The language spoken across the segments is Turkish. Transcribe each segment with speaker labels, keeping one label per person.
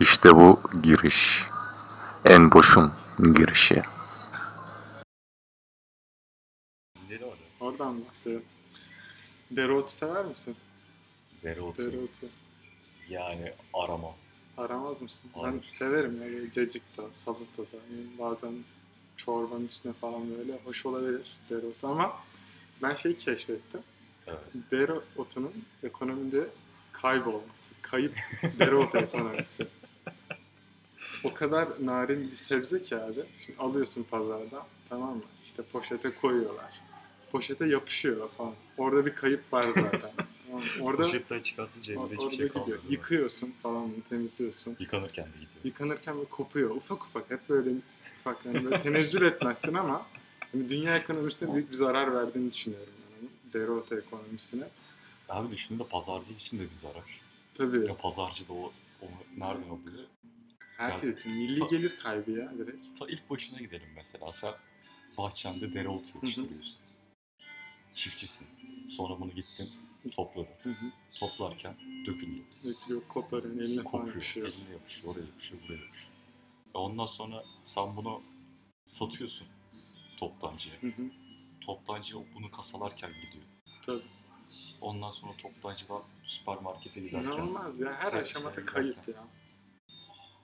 Speaker 1: İşte bu giriş. En boşun girişi.
Speaker 2: Oradan bak sev. Dereotu sever misin?
Speaker 3: Dereotu.
Speaker 2: Dereotu.
Speaker 3: Yani arama.
Speaker 2: Aramaz mısın?
Speaker 3: Aramam.
Speaker 2: Ben severim ya böyle cacıkta, salatada. Yani bazen çorbanın içine falan böyle hoş olabilir dereotu ama ben şeyi keşfettim.
Speaker 3: Evet.
Speaker 2: Dereotunun ekonomide kaybolması. Kayıp dereotu ekonomisi. O kadar narin bir sebze ki abi. Şimdi alıyorsun pazardan tamam mı? İşte poşete koyuyorlar. Poşete yapışıyor falan. Orada bir kayıp var zaten. Tamam mı? Orada
Speaker 3: Poşetten çıkarttı cebinde
Speaker 2: Orada
Speaker 3: hiçbir şey
Speaker 2: gidiyor.
Speaker 3: kalmıyor.
Speaker 2: Yıkıyorsun falan temizliyorsun.
Speaker 3: Yıkanırken de gidiyor.
Speaker 2: Yıkanırken böyle kopuyor. Ufak ufak hep böyle ufak yani böyle tenezzül etmezsin ama hani dünya ekonomisine büyük bir zarar verdiğini düşünüyorum. Yani dereotu ekonomisine.
Speaker 3: Abi düşündüğünde pazarcı için de bir zarar.
Speaker 2: Tabii
Speaker 3: Ya pazarcı da o, onu nereden alıyor?
Speaker 2: herkes için milli
Speaker 3: Ta-
Speaker 2: gelir kaybı ya direkt.
Speaker 3: Ta ilk başına gidelim mesela. Sen bahçende dereotu yetiştiriyorsun. Çiftçisin. Sonra bunu gittin topladın.
Speaker 2: Hı hı.
Speaker 3: Toplarken dökülüyor.
Speaker 2: Dökülüyor koparın eline falan şey
Speaker 3: Kopuyor.
Speaker 2: düşüyor.
Speaker 3: Eline yapışıyor. Oraya yapışıyor. Buraya yapışıyor. E ondan sonra sen bunu satıyorsun toptancıya.
Speaker 2: Hı hı.
Speaker 3: Toptancı bunu kasalarken gidiyor.
Speaker 2: Tabii.
Speaker 3: Ondan sonra toptancıdan süpermarkete giderken.
Speaker 2: İnanılmaz ya. Her
Speaker 3: sen-
Speaker 2: aşamada
Speaker 3: sen
Speaker 2: kayıp
Speaker 3: giderken.
Speaker 2: ya.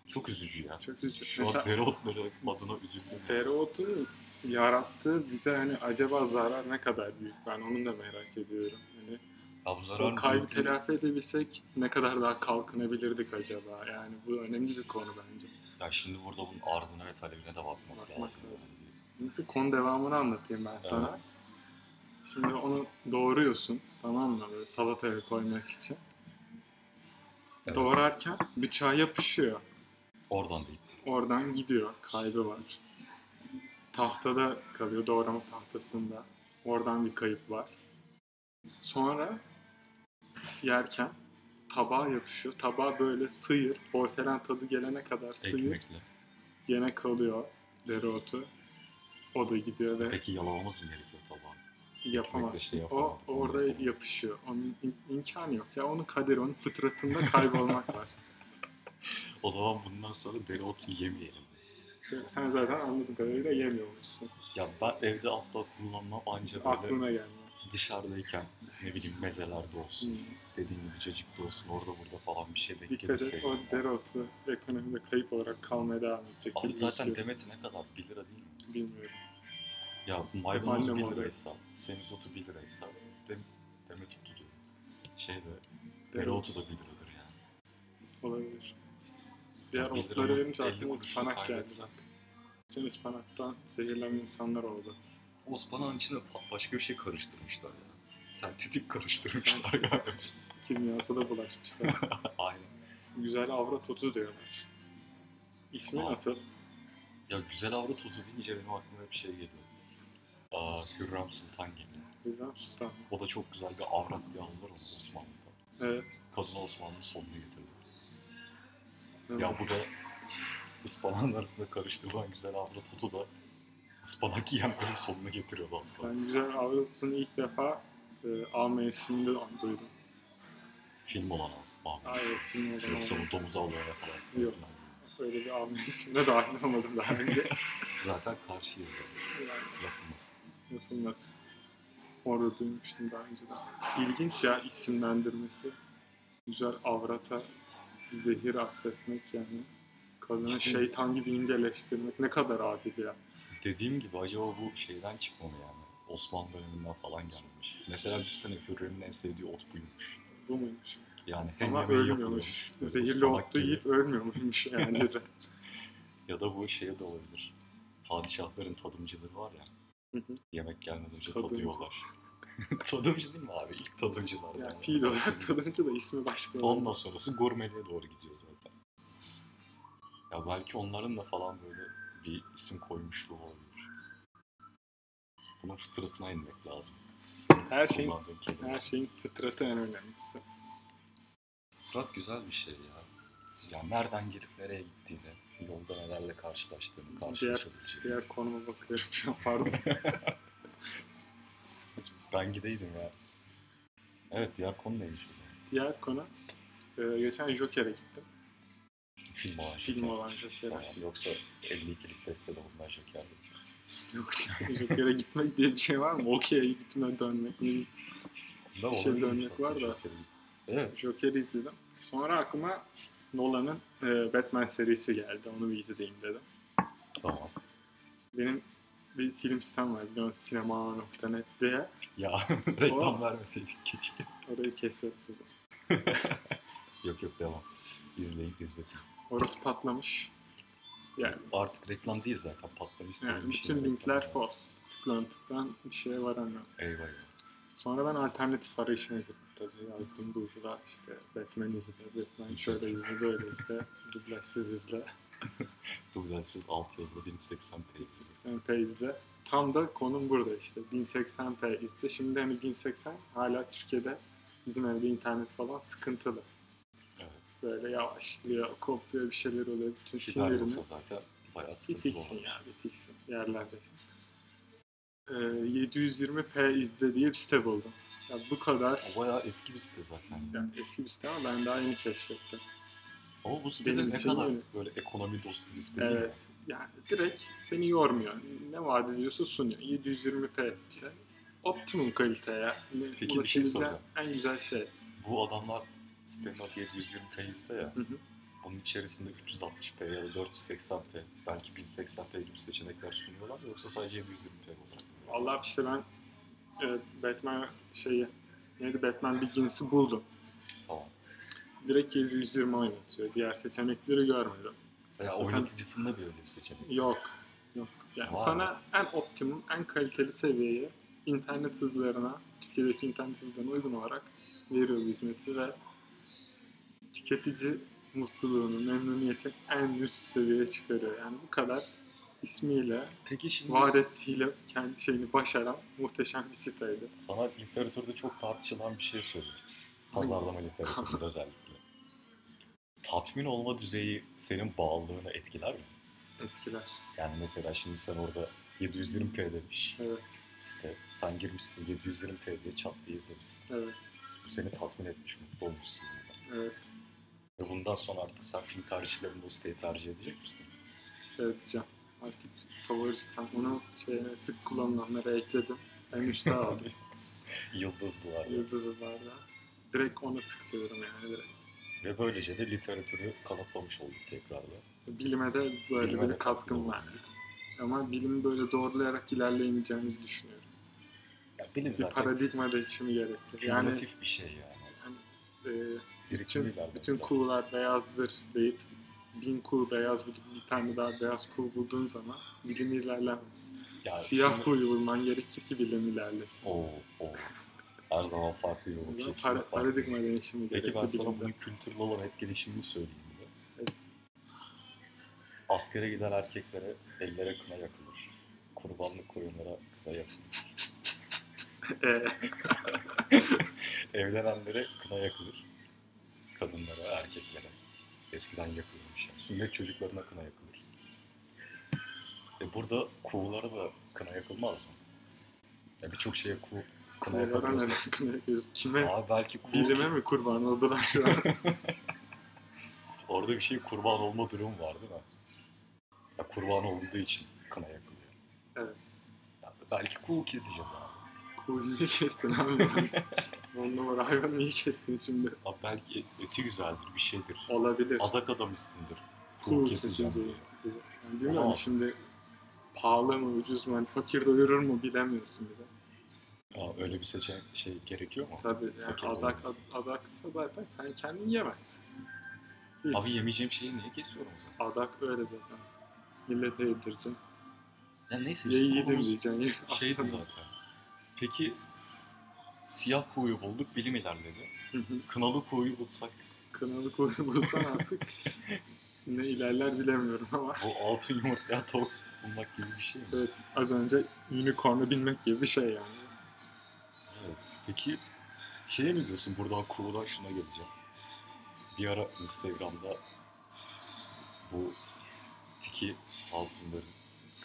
Speaker 3: Çok üzücü ya.
Speaker 2: Çok üzücü.
Speaker 3: Şu
Speaker 2: Mesela
Speaker 3: an dereotları adına üzüldüm.
Speaker 2: dereotunun yarattığı bize hani acaba zarar ne kadar büyük ben onu da merak ediyorum. Hani
Speaker 3: Ya bu zarar
Speaker 2: O kaybı
Speaker 3: büyüklüğü-
Speaker 2: telafi edebilsek ne kadar daha kalkınabilirdik acaba? Yani bu önemli bir konu bence.
Speaker 3: Ya şimdi burada bunun arzına ve talebine de bakmak,
Speaker 2: Bakmak
Speaker 3: lazım.
Speaker 2: lazım. Neyse konu devamını anlatayım ben sana.
Speaker 3: Evet.
Speaker 2: Şimdi onu doğruyorsun tamam mı? Böyle salataya koymak için.
Speaker 3: Evet.
Speaker 2: Doğrarken bıçağa yapışıyor.
Speaker 3: Oradan da gitti.
Speaker 2: Oradan gidiyor. Kaybı var. Tahtada kalıyor. Doğrama tahtasında. Oradan bir kayıp var. Sonra yerken tabağa yapışıyor. Tabağa böyle sıyır. Porselen tadı gelene kadar sıyır.
Speaker 3: Ekmekle.
Speaker 2: Yine kalıyor dereotu. O da gidiyor ve
Speaker 3: Peki yalamamız mı gerekiyor tabağa?
Speaker 2: yapamazsın.
Speaker 3: şey
Speaker 2: o
Speaker 3: yapamam.
Speaker 2: orada yapışıyor. Onun im- imkanı yok. Ya onun kaderi, onun fıtratında kaybolmak var.
Speaker 3: O zaman bundan sonra dereotu yemeyelim.
Speaker 2: Sen zaten anladığım kadarıyla yemiyormuşsun.
Speaker 3: Ya ben evde asla kullanmam anca böyle
Speaker 2: Aklına gelmiyor.
Speaker 3: dışarıdayken ne bileyim mezelerde olsun.
Speaker 2: Hmm.
Speaker 3: Dediğin gibi cacıkta olsun orada burada falan bir şey denk
Speaker 2: Dikkat
Speaker 3: gelirse.
Speaker 2: et o dereotu ekonomide kayıp olarak kalmaya devam edecek.
Speaker 3: Abi
Speaker 2: gibi
Speaker 3: zaten
Speaker 2: gözüküyor.
Speaker 3: demeti ne kadar? 1 lira değil mi?
Speaker 2: Bilmiyorum.
Speaker 3: Ya maydanoz
Speaker 2: Annem
Speaker 3: 1
Speaker 2: alıyor.
Speaker 3: liraysa, semizotu 1 liraysa, dem demet otu diyor. Şey de, dereotu da 1 liradır yani.
Speaker 2: Olabilir. Diğer
Speaker 3: bir
Speaker 2: otları
Speaker 3: liranın
Speaker 2: verince
Speaker 3: 50
Speaker 2: aklıma
Speaker 3: kuruşunu
Speaker 2: ıspanak geldi.
Speaker 3: kaybetsem.
Speaker 2: bak. Bütün ıspanaktan zehirlenen insanlar oldu.
Speaker 3: Osman'ın içine fa- başka bir şey karıştırmışlar ya. Sentetik karıştırmışlar ya.
Speaker 2: Kimyasada bulaşmışlar.
Speaker 3: Aynen.
Speaker 2: Güzel avrat otu diyorlar. İsmi
Speaker 3: Aa.
Speaker 2: nasıl?
Speaker 3: Ya güzel avrat otu deyince benim aklıma hep şey geliyor. Aa, Hürrem Sultan geliyor.
Speaker 2: Bilmem Sultan.
Speaker 3: O da çok güzel bir avrat diye anılır onu Osmanlı'da.
Speaker 2: Evet.
Speaker 3: Kadın Osmanlı'nın sonunu getirdi.
Speaker 2: evet.
Speaker 3: Ya bu da ıspanağın arasında karıştırılan güzel avrat otu da ıspanak yiyenlerin sonunu getiriyor az
Speaker 2: Ben
Speaker 3: kalsın.
Speaker 2: güzel avrat otunu ilk defa e, av mevsiminde duydum.
Speaker 3: Film olan az. Mahmut.
Speaker 2: Hayır, kim oldu?
Speaker 3: Yoksa bu domuz avlarına falan.
Speaker 2: Yok. Öyle bir av mevsimine dahil olmadım daha önce.
Speaker 3: Zaten karşıyız yani.
Speaker 2: Yani
Speaker 3: Yapılmasın.
Speaker 2: yapılmasın. Orada duymuştum daha önceden. İlginç ya isimlendirmesi. Güzel avrata zehir atfetmek yani. Kadını
Speaker 3: İşte-
Speaker 2: şeytan gibi inceleştirmek ne kadar adil ya.
Speaker 3: Dediğim gibi acaba bu şeyden çıkma mı yani? Osmanlı döneminden falan gelmiş. Mesela düşünsene Hürrem'in en sevdiği ot buymuş.
Speaker 2: Bu muymuş?
Speaker 3: Yani hem
Speaker 2: Ama
Speaker 3: yemeği
Speaker 2: ölmüyormuş.
Speaker 3: yapılıyormuş, böyle
Speaker 2: Zehirli
Speaker 3: ıspanak
Speaker 2: otu
Speaker 3: gibi.
Speaker 2: yiyip ölmüyormuş yani.
Speaker 3: Ya da bu şey de olabilir. Padişahların tadımcıları var ya.
Speaker 2: Hı hı.
Speaker 3: Yemek gelmeden önce
Speaker 2: Tadımcı.
Speaker 3: tadıyorlar. tadımcı değil mi abi? İlk tadımcılardan.
Speaker 2: yani fiil olarak tadınca da ismi başka.
Speaker 3: Ondan sonrası gurmeliğe doğru gidiyor zaten. Ya belki onların da falan böyle bir isim koymuşluğu olabilir. Bunun fıtratına inmek lazım. Senin
Speaker 2: Her şeyin-
Speaker 3: kullandığın kelime.
Speaker 2: Her şeyin fıtratı en önemlisi.
Speaker 3: Fıtrat güzel bir şey ya. Ya nereden girip nereye gittiğini, yolda nelerle karşılaştığını, karşılaşabileceğini.
Speaker 2: Diğer konuma bakıyorum şu an pardon.
Speaker 3: Ben gideydim ya. Evet diğer konu neymiş o zaman?
Speaker 2: Diğer konu. e, geçen Joker'e gittim.
Speaker 3: Film olan
Speaker 2: Film
Speaker 3: şeker.
Speaker 2: olan Joker'e.
Speaker 3: Tamam, yoksa 52'lik destede bulunan şeker değil.
Speaker 2: Yok yani Joker'e gitmek diye bir şey var mı? Okey'e gitme dönmek. ne-
Speaker 3: Ne
Speaker 2: Bir şey
Speaker 3: olabilir
Speaker 2: dönmek
Speaker 3: aslında
Speaker 2: var da.
Speaker 3: şekerin. Evet.
Speaker 2: Joker'i izledim. Sonra aklıma Nolan'ın e, Batman serisi geldi. Onu bir izleyeyim dedim.
Speaker 3: Tamam.
Speaker 2: Benim bir film sitem var biliyorsun sinema.net diye.
Speaker 3: Ya reklam vermeseydik keşke.
Speaker 2: Orayı kesiyoruz o zaman.
Speaker 3: Yok yok devam. İzleyin izletin.
Speaker 2: Orası patlamış. Yani,
Speaker 3: Artık reklam değil zaten patlamış.
Speaker 2: yani
Speaker 3: şey.
Speaker 2: bütün linkler false. Tıklan tıklan bir şeye varamıyorum.
Speaker 3: Eyvah eyvah.
Speaker 2: Sonra ben alternatif arayışına girdim tabii. Yazdım Google'a işte Batman izle, Batman şöyle izle, böyle izle, dublajsız izle,
Speaker 3: Dublajsız alt yazılı 1080p izleyin.
Speaker 2: 1080p izle. Tam da konum burada işte. 1080p izle. Şimdi hani 1080 hala Türkiye'de bizim evde internet falan sıkıntılı.
Speaker 3: Evet.
Speaker 2: Böyle yavaşlıyor, kopuyor bir şeyler oluyor. Bütün
Speaker 3: Fiber
Speaker 2: sinirini
Speaker 3: yoksa zaten bayağı sıkıntılı
Speaker 2: bitiksin
Speaker 3: olur.
Speaker 2: ya, bitiksin. Yerlerdesin. Ee, 720p izle diye bir site buldum. Ya bu kadar
Speaker 3: O bayağı eski bir site zaten.
Speaker 2: yani eski bir site ama ben daha yeni keşfettim.
Speaker 3: Ama bu sitede
Speaker 2: Benim
Speaker 3: ne
Speaker 2: için
Speaker 3: kadar
Speaker 2: yeni.
Speaker 3: böyle ekonomi dostu bir site
Speaker 2: Evet. Yani direkt seni yormuyor. Ne vaat ediyorsa sunuyor. 720p ile optimum kaliteye
Speaker 3: bir şey
Speaker 2: ulaşabileceğin
Speaker 3: soracağım.
Speaker 2: en güzel şey.
Speaker 3: değil mi? Bu adamlar sitenin adı 720p izle ya.
Speaker 2: Hı hı.
Speaker 3: Bunun içerisinde 360p ya da 480p belki 1080p gibi seçenekler sunuyorlar mı? yoksa sadece 720p olarak. mı?
Speaker 2: Allah işte ben e, Batman şeyi neydi Batman Begins'i buldum.
Speaker 3: Tamam.
Speaker 2: Direkt 720 oynatıyor. Diğer seçenekleri görmedim.
Speaker 3: Veya oynatıcısında bir öyle bir seçenek.
Speaker 2: Yok. Yok. Yani
Speaker 3: Vay.
Speaker 2: sana en optimum, en kaliteli seviyeyi internet hızlarına, Türkiye'deki internet hızlarına uygun olarak veriyor bu hizmeti ve tüketici mutluluğunu, memnuniyeti en üst seviyeye çıkarıyor. Yani bu kadar ismiyle,
Speaker 3: Peki şimdi
Speaker 2: var ettiğiyle kendi şeyini başaran muhteşem bir siteydi.
Speaker 3: sana literatürde çok tartışılan bir şey söyleyeyim. Pazarlama literatüründe özellikle. Tatmin olma düzeyi senin bağlılığını etkiler mi?
Speaker 2: Etkiler.
Speaker 3: Yani mesela şimdi sen orada 720p demiş.
Speaker 2: Evet,
Speaker 3: Site. Sen girmişsin 720p diye çat diye izlemişsin.
Speaker 2: evet,
Speaker 3: Bu seni tatmin etmiş, mutlu olmuşsun. bundan.
Speaker 2: evet.
Speaker 3: Ve bundan sonra artık sen film tarihçilerinde o siteyi tercih edecek misin?
Speaker 2: Evet Can. Artık favori sitem. Onu şeye, sık kullanılanlara ekledim. En üstte aldım.
Speaker 3: Yıldızlılar.
Speaker 2: Yıldızı var ya. Direkt ona tıklıyorum yani direkt.
Speaker 3: Ve böylece de literatürü kanıtlamış olduk tekrarla.
Speaker 2: Bilime de böyle
Speaker 3: Bilime de
Speaker 2: bir katkım var.
Speaker 3: katkım
Speaker 2: Ama bilimi böyle doğrulayarak ilerleyemeyeceğimizi düşünüyorum.
Speaker 3: Ya bilim
Speaker 2: Bir
Speaker 3: zaten
Speaker 2: paradigma değişimi gerekti. Yani,
Speaker 3: kümülatif bir şey yani.
Speaker 2: yani, e,
Speaker 3: Birikimi
Speaker 2: bütün,
Speaker 3: vermesi
Speaker 2: bütün
Speaker 3: lazım.
Speaker 2: kuğular beyazdır deyip bin kuğu beyaz bulup bir tane daha beyaz kuğu bulduğun zaman bilim ilerlemez.
Speaker 3: Ya
Speaker 2: Siyah
Speaker 3: şimdi-
Speaker 2: kuğuyu bulman gerekir ki bilim ilerlesin.
Speaker 3: Oo, oo. Her zaman farklı bir
Speaker 2: O
Speaker 3: bakış
Speaker 2: zaman
Speaker 3: açısı
Speaker 2: para-
Speaker 3: farklı.
Speaker 2: paradigma değişimi
Speaker 3: şey, Peki
Speaker 2: gerekti
Speaker 3: ben sana
Speaker 2: bilimde.
Speaker 3: bunun kültürlü olan etkileşimini söyleyeyim bir de.
Speaker 2: Evet.
Speaker 3: Askere giden erkeklere ellere kına yakılır. Kurbanlık koyunlara kına yakılır.
Speaker 2: E,
Speaker 3: Evlenenlere kına yakılır. Kadınlara, erkeklere. Eskiden yakılırmış. Yani. Sünnet çocuklarına kına yakılır. E burada kuğulara da kına yakılmaz mı? Ya birçok şeye kuğu, kına
Speaker 2: kuğulara ne
Speaker 3: yakılıyorsa.
Speaker 2: alaka ne yapıyoruz? Kime?
Speaker 3: Abi belki kuğu
Speaker 2: Bilime mi kurban oldular şu an?
Speaker 3: Orada bir şey kurban olma durumu var değil mi? Ya kurban olduğu için kına yakılıyor.
Speaker 2: evet.
Speaker 3: Ya belki kuğu keseceğiz abi.
Speaker 2: Kuğuyu niye kestin abi? On numara hayvan niye kestin şimdi?
Speaker 3: Abi belki et- eti güzeldir, bir şeydir.
Speaker 2: Olabilir.
Speaker 3: Adak adamışsındır. Kuğu
Speaker 2: Kuğu keseceğiz.
Speaker 3: keseceğim diye.
Speaker 2: Yani bilmiyorum
Speaker 3: Ama-
Speaker 2: şimdi pahalı mı ucuz mu? Hani fakir doyurur mu bilemiyorsun bile.
Speaker 3: Ya öyle bir seçenek şey gerekiyor mu?
Speaker 2: Tabii yani
Speaker 3: Fakir
Speaker 2: adak,
Speaker 3: doyurmaz.
Speaker 2: adaksa zaten sen kendin yemezsin. Hiç.
Speaker 3: Abi yemeyeceğim şeyi niye kesiyorum o zaman?
Speaker 2: Adak öyle zaten. Millete yedireceksin.
Speaker 3: Ya neyse.
Speaker 2: Ye
Speaker 3: bizim
Speaker 2: yedim
Speaker 3: konumuz
Speaker 2: diyeceksin. Ye.
Speaker 3: Şeydi
Speaker 2: Aslan.
Speaker 3: zaten. Peki siyah kuğuyu bulduk, bilim ilerledi.
Speaker 2: Hı hı.
Speaker 3: Kınalı kuğuyu bulsak,
Speaker 2: Kanalı koyu bulsan artık ne ilerler bilemiyorum ama.
Speaker 3: bu altın yumurtlayan tavuk bulmak gibi bir şey mi?
Speaker 2: Evet az önce unicorn'u bilmek gibi bir şey yani.
Speaker 3: Evet. Peki şey mi diyorsun buradan kurulan şuna geleceğim. Bir ara Instagram'da bu tiki altınların,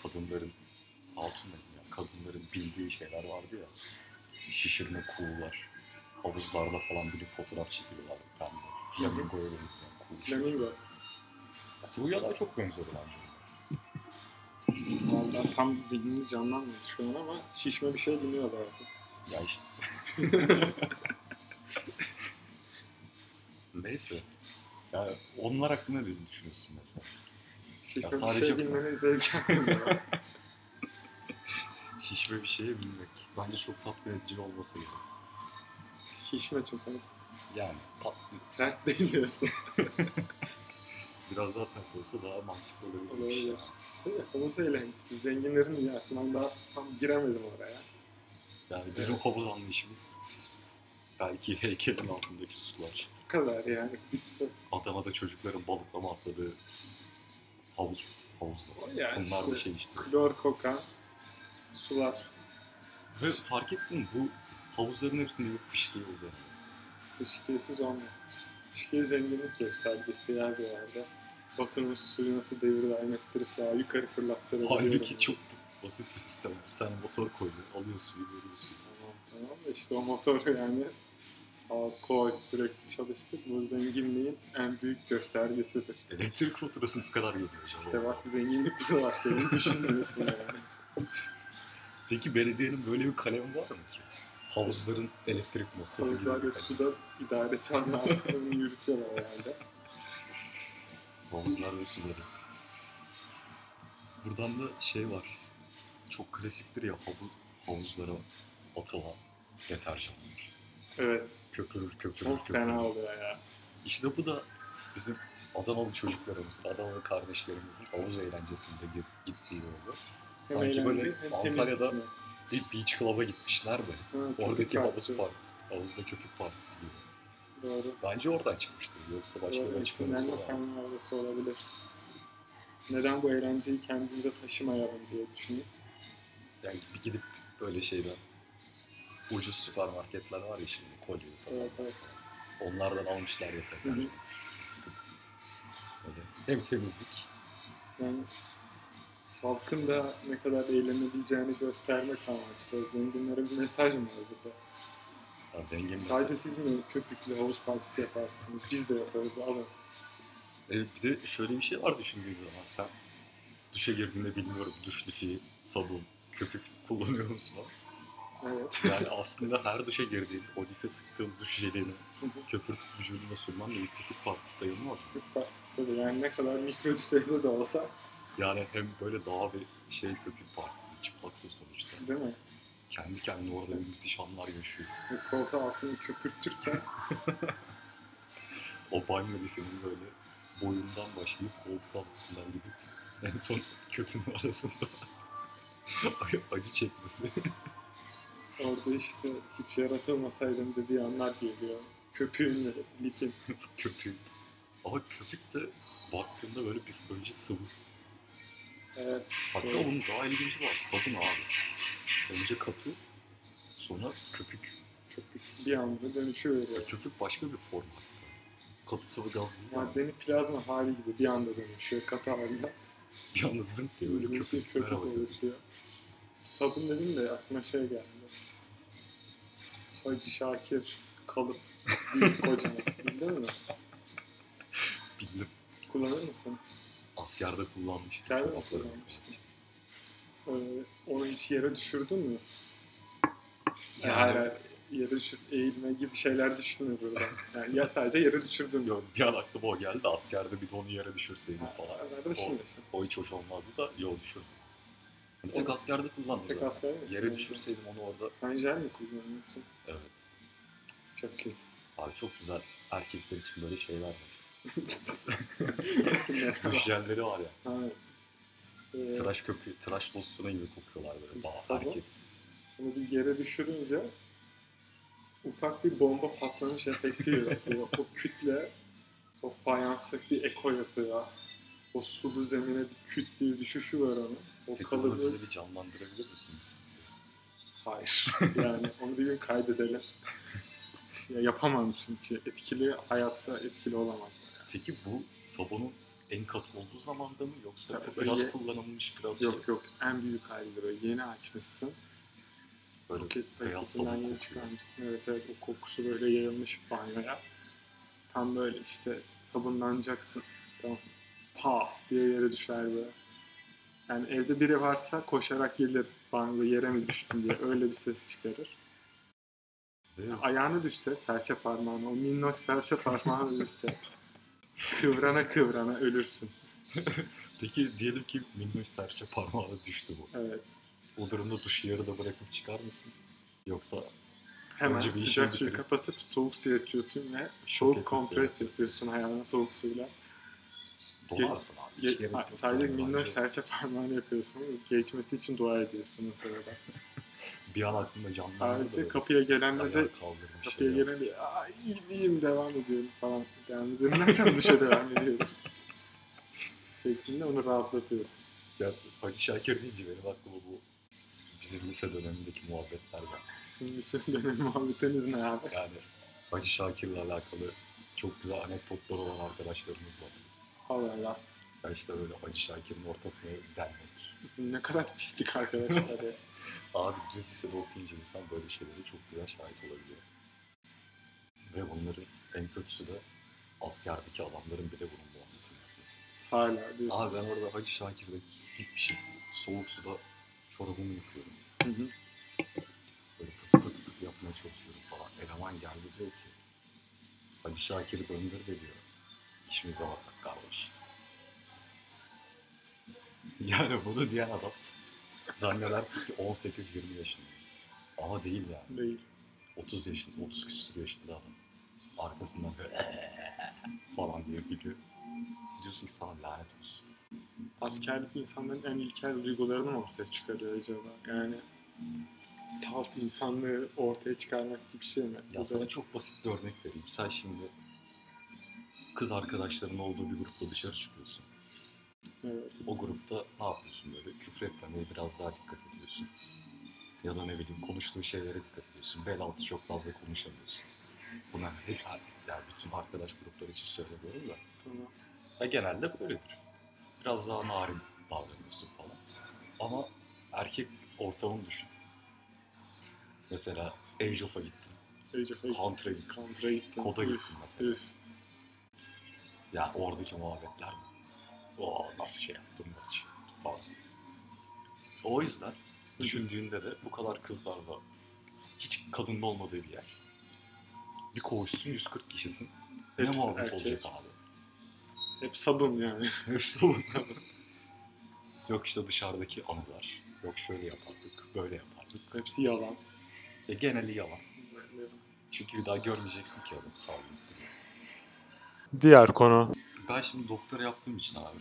Speaker 3: kadınların, altın dedim ya, kadınların bildiği şeyler vardı ya. Şişirme kuğular. Havuzlarda falan bile fotoğraf çekiliyorlardı pembe. Flamingoya benzeyen kuğu. şey.
Speaker 2: Flamingo.
Speaker 3: Kuru yağlar çok benziyor bence.
Speaker 2: Vallahi tam zihnini canlanmadı şu an ama şişme bir şey dinliyorlardı.
Speaker 3: Ya işte. Neyse. Ya onlar hakkında ne düşünüyorsun mesela?
Speaker 2: Şişme
Speaker 3: Ya
Speaker 2: bir
Speaker 3: sadece-
Speaker 2: şey bilmenin zevki hakkında. var.
Speaker 3: Şişme bir şeye binmek. Bence çok tatmin edici olmasa gerek.
Speaker 2: Şişme çok ama
Speaker 3: Yani tatlı.
Speaker 2: sert değil diyorsun.
Speaker 3: Biraz daha sert olsa daha mantıklı şey. olabilirmiş
Speaker 2: Olabilir.
Speaker 3: ya.
Speaker 2: Değil mi? Havuz şey eğlencesi. Zenginlerin dünyası. Ben daha tam giremedim oraya.
Speaker 3: Yani bizim havuz anlayışımız belki heykelin altındaki sular.
Speaker 2: Bu kadar yani. Bitti.
Speaker 3: Adama da çocukların balıklama atladığı havuz havuzlar.
Speaker 2: Ya
Speaker 3: Bunlar
Speaker 2: işte,
Speaker 3: da şey işte.
Speaker 2: Klor kokan sular.
Speaker 3: Ve fark ettin mi? bu havuzların hepsinde bir fışkı oldu.
Speaker 2: Fışkiyesiz olmaz. Fışkiye zenginlik göstergesi ya bir yerde. Bakınız suyu nasıl devir daim ettirip daha yukarı fırlattırabiliyor.
Speaker 3: Halbuki çok basit bir sistem. Bir tane motor koyuyor, alıyor suyu, veriyor suyu.
Speaker 2: Tamam tamam da işte o motor yani al koy sürekli çalıştık. Bu zenginliğin en büyük göstergesidir.
Speaker 3: Elektrik faturasını bu kadar görüyor. acaba?
Speaker 2: İşte bak zenginlik burada başladığını düşünmüyorsun yani.
Speaker 3: Peki belediyenin böyle bir kalemi var mı ki? Havuzların elektrik masrafı gibi bir
Speaker 2: Havuzlar ve
Speaker 3: kalem.
Speaker 2: suda idaresi adına bunu yürütüyorlar herhalde.
Speaker 3: Havuzlar ve suları. Buradan da şey var. Çok klasiktir ya havu, havuzlara atılan deterjanlar.
Speaker 2: Evet.
Speaker 3: Köpürür köpürür
Speaker 2: Çok
Speaker 3: köpürür.
Speaker 2: fena oluyor ya.
Speaker 3: İşte bu da bizim Adanalı çocuklarımızın, Adanalı kardeşlerimizin havuz eğlencesinde gi- gittiği oldu.
Speaker 2: Hem
Speaker 3: Sanki böyle
Speaker 2: eğlence hem
Speaker 3: Antalya'da
Speaker 2: temizlik mi?
Speaker 3: bir beach club'a gitmişler de.
Speaker 2: Ha, köpük
Speaker 3: Oradaki havuz
Speaker 2: partisi.
Speaker 3: partisi, havuzda köpük partisi gibi.
Speaker 2: Doğru.
Speaker 3: Bence oradan çıkmıştır. Yoksa başka bir
Speaker 2: Doğru.
Speaker 3: açıklaması
Speaker 2: İsimlenme
Speaker 3: olamaz.
Speaker 2: kamuoyası olabilir. Neden bu eğlenceyi kendimize taşımayalım diye düşünüp
Speaker 3: Yani bir gidip böyle şeyden ucuz süpermarketler var ya şimdi kolye satan.
Speaker 2: Evet, evet.
Speaker 3: Onlardan almışlar ya tekrar.
Speaker 2: Hı hı.
Speaker 3: Sıkıp. Böyle hem temizlik
Speaker 2: Yani halkın da ne kadar eğlenebileceğini göstermek amaçlı. Zenginlere bir mesaj mı var burada?
Speaker 3: ya zengin mesela.
Speaker 2: Sadece siz mi köpüklü havuz partisi yaparsınız? Biz de yaparız alın.
Speaker 3: E, bir de şöyle bir şey var düşündüğün zaman sen duşa girdiğinde bilmiyorum duş lifi, sabun, köpük kullanıyor musun? ama
Speaker 2: Evet.
Speaker 3: Yani aslında her duşa girdiğin o life sıktığın duş jelini köpürtüp vücuduna sürmen de bir köpük partisi sayılmaz mı?
Speaker 2: Köpük partisi tabii. Yani ne kadar mikro düzeyde de olsa
Speaker 3: Yani hem böyle daha bir şey köpük partisi, çıplaksın sonuçta.
Speaker 2: değil mi?
Speaker 3: Kendi kendine orada bir müthiş anlar yaşıyorsun.
Speaker 2: Bir koltuğu altını köpürtürken
Speaker 3: O banyo lifinin böyle boyundan başlayıp koltuk altından gidip en son kötünün arasında acı çekmesi.
Speaker 2: orada işte hiç yaratılmasaydım dediği anlar geliyor. Köpüğün ve lifin.
Speaker 3: köpüğün. Ama köpük de baktığında böyle psikoloji sıvı.
Speaker 2: Evet.
Speaker 3: Hatta
Speaker 2: Doğru.
Speaker 3: onun daha ilginci var. Sabun abi. Önce katı, sonra köpük.
Speaker 2: Köpük bir anda dönüşü
Speaker 3: Ya
Speaker 2: veriyor.
Speaker 3: köpük başka bir form hatta. Katı sıvı gaz değil yani.
Speaker 2: Maddenin plazma hali gibi bir anda dönüşüyor katı haline.
Speaker 3: Bir anda zınk diye böyle
Speaker 2: Üzüntü
Speaker 3: köpük.
Speaker 2: köpük
Speaker 3: Merhaba köpük.
Speaker 2: oluşuyor. Sabun dedim de aklıma şey geldi. Hacı Şakir kalıp büyük kocaman bildin mi?
Speaker 3: Bildim.
Speaker 2: Kullanır mısın?
Speaker 3: Askerde kullanmıştım.
Speaker 2: Hikaye mi
Speaker 3: çorapları.
Speaker 2: kullanmıştın? Ee, onu hiç yere düşürdün mü?
Speaker 3: Yani-
Speaker 2: Yani, hayır, hayır. Yere düşüp eğilme gibi şeyler düşünmüyor burada. Yani ya sadece yere düşürdüm diyor.
Speaker 3: Yok, Bir an aklıma o geldi. Askerde bir de onu yere düşürseydim falan.
Speaker 2: Nerede düşünüyorsun?
Speaker 3: O hiç hoş olmazdı da yol düşür. Bir tek
Speaker 2: Onu-
Speaker 3: askerde kullandım
Speaker 2: Tek
Speaker 3: zaten.
Speaker 2: asker mi?
Speaker 3: Yere düşürseydim onu orada.
Speaker 2: Sen jel mi kullanıyorsun?
Speaker 3: Evet.
Speaker 2: Çok kötü.
Speaker 3: Abi çok güzel erkekler için böyle şeyler var.
Speaker 2: Merhaba.
Speaker 3: Duş jelleri var ya.
Speaker 2: Hayır. Ee,
Speaker 3: Tıraş köpüğü, tıraş losyonu gibi kokuyorlar böyle.
Speaker 2: Şimdi
Speaker 3: Daha
Speaker 2: sabun.
Speaker 3: erkek.
Speaker 2: Bunu bir yere düşürünce ufak bir bomba patlamış efekti yaratıyor. o kütle, o fayansa bir eko yapıyor. O sulu zemine bir küt diye düşüşü var onun. O
Speaker 3: Peki bunu
Speaker 2: kalıbı...
Speaker 3: bize bir canlandırabilir misin siz?
Speaker 2: Hayır. Yani onu bir gün kaydedelim. ya yapamam çünkü. Etkili hayatta etkili olamaz.
Speaker 3: Peki bu sabunun en katı olduğu zamanda mı yoksa
Speaker 2: Tabii,
Speaker 3: biraz
Speaker 2: öyle-
Speaker 3: kullanılmış biraz şey,
Speaker 2: Yok yok. En büyük halidir o. Yeni açmışsın.
Speaker 3: böyle
Speaker 2: Paket
Speaker 3: beyaz
Speaker 2: paketinden
Speaker 3: sabun
Speaker 2: yeni
Speaker 3: kokuyor.
Speaker 2: çıkarmışsın. Evet evet o kokusu böyle yayılmış banyoya. Tam böyle işte sabullanacaksın. Tamam. pa diye yere düşer böyle. Yani evde biri varsa koşarak gelir. Bango yere mi düştün diye öyle bir ses çıkarır.
Speaker 3: Ve
Speaker 2: Ayağına düşse serçe parmağına, o minnoş serçe parmağına düşse kıvrana kıvrana ölürsün.
Speaker 3: Peki diyelim ki minnoş serçe parmağına düştü bu.
Speaker 2: Evet.
Speaker 3: O durumda duşu yarıda bırakıp çıkar mısın? Yoksa
Speaker 2: Hemen
Speaker 3: Önce bir işini
Speaker 2: sıcak suyu
Speaker 3: bitirin.
Speaker 2: kapatıp soğuk su yatıyorsun ve
Speaker 3: şok
Speaker 2: soğuk
Speaker 3: etkisi
Speaker 2: kompres yapıyorsun ayağına soğuk suyla.
Speaker 3: yaratır. Donarsın abi. hiç
Speaker 2: Ge-
Speaker 3: gerek
Speaker 2: ha,
Speaker 3: yok
Speaker 2: sadece
Speaker 3: yani
Speaker 2: minnoş
Speaker 3: bence.
Speaker 2: serçe parmağını yapıyorsun. Geçmesi için dua ediyorsun o sırada.
Speaker 3: Bir an aklımda canlandı.
Speaker 2: Ayrıca
Speaker 3: böyle.
Speaker 2: kapıya gelenle de
Speaker 3: Ayağa kaldırmış.
Speaker 2: kapıya
Speaker 3: şey
Speaker 2: gelene de aa iyiyim, iyiyim devam ediyorum falan. Devam ediyorum derken duşa devam ediyorum. Şeklinde onu rahatlatıyorsun.
Speaker 3: Ya Hacı Şakir deyince benim aklıma bu bizim lise dönemindeki muhabbetler var.
Speaker 2: Şimdi şu dönem muhabbetiniz ne abi?
Speaker 3: Yani Hacı Şakir'le alakalı çok güzel anekdotları olan arkadaşlarımız var.
Speaker 2: Allah Allah.
Speaker 3: Ya işte böyle Hacı Şakir'in ortasına denmek.
Speaker 2: Ne kadar pislik arkadaşlar ya.
Speaker 3: Abi düz lisede okuyunca insan böyle şeylere çok güzel şahit olabiliyor. Ve bunların en kötüsü de askerdeki adamların bile bunun muhabbetini yapması.
Speaker 2: Hala diyorsun.
Speaker 3: Abi ben orada Hacı Şakir'de gitmişim. Soğuk suda çorabımı yıkıyorum.
Speaker 2: Hı hı.
Speaker 3: Böyle fıtı fıtı fıtı yapmaya çalışıyorum falan. Eleman geldi diyor ki Hadi Şakir'i döndür de diyor. İşimize bakak kardeş. Yani bunu diyen adam zannedersin ki 18-20 yaşında. Ama değil yani.
Speaker 2: Değil.
Speaker 3: 30 yaşında, 30 küsur yaşında adam. Arkasından böyle falan diye gülüyor. Diyorsun ki sana lanet olsun.
Speaker 2: Askerlik insanların en ilkel duygularını mı ortaya çıkarıyor acaba? Yani salt insanlığı ortaya çıkarmak gibi bir şey mi?
Speaker 3: Ya sana çok basit bir örnek vereyim. Sen şimdi kız arkadaşların olduğu bir grupla dışarı çıkıyorsun.
Speaker 2: Evet.
Speaker 3: O grupta ne yapıyorsun böyle? Küfür etmemeye biraz daha dikkat ediyorsun. Ya da ne bileyim konuştuğun şeylere dikkat ediyorsun. Bel altı çok fazla konuşamıyorsun. Buna hep yani bütün arkadaş grupları için söylemiyorum da.
Speaker 2: Tamam.
Speaker 3: Ya genelde böyledir. Biraz daha narin davranıyorsun falan. Ama erkek ortamını düşün. Mesela Age of'a gittin.
Speaker 2: Age of Age-
Speaker 3: Counter'a gittin.
Speaker 2: Contra gittim.
Speaker 3: Koda
Speaker 2: Üf,
Speaker 3: gittin mesela.
Speaker 2: üf.
Speaker 3: Ya oradaki muhabbetler mi? Oo nasıl şey yaptım, nasıl şey yaptım falan. O yüzden düşündüğünde de bu kadar kızlarla hiç kadının olmadığı bir yer. Bir koğuşsun 140 kişisin. Ne
Speaker 2: Hepsi
Speaker 3: muhabbet
Speaker 2: erkek.
Speaker 3: olacak abi?
Speaker 2: Hep sabun yani.
Speaker 3: Hepsi bu. Yok işte dışarıdaki anılar. Yok şöyle yapardık, böyle yapardık.
Speaker 2: Hepsi yalan.
Speaker 3: E geneli yalan. Çünkü bir daha görmeyeceksin ki adamı sağ olun.
Speaker 4: Diğer konu.
Speaker 3: Ben şimdi doktora yaptığım için abi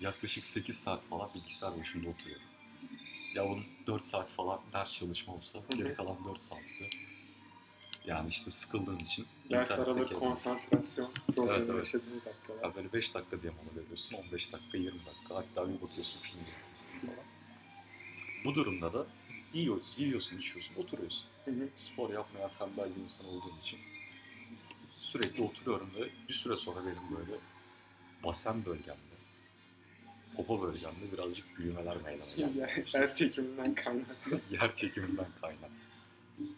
Speaker 3: yaklaşık 8 saat falan bilgisayar başında oturuyorum. Ya bunun 4 saat falan ders çalışma olsa
Speaker 2: hı.
Speaker 3: geri kalan 4 saati de yani işte sıkıldığın için
Speaker 2: Ders
Speaker 3: internette
Speaker 2: araları
Speaker 3: geziyorsun.
Speaker 2: konsantrasyon problemi
Speaker 3: Evet, evet.
Speaker 2: yaşadığım dakikalar.
Speaker 3: Ya böyle 5 dakika diye mola veriyorsun, 15 dakika, 20 dakika hatta bir bakıyorsun film izlemişsin falan. Bu durumda da yiyorsun, yiyorsun, içiyorsun, oturuyorsun.
Speaker 2: Hı hı.
Speaker 3: Spor yapmaya tembel bir insan olduğum için sürekli oturuyorum ve bir süre sonra benim böyle basen bölgemde, popo bölgemde birazcık büyümeler meydana
Speaker 2: Ya,
Speaker 3: geldi.
Speaker 2: Her çekiminden kaynaklı.
Speaker 3: Yer çekiminden kaynak.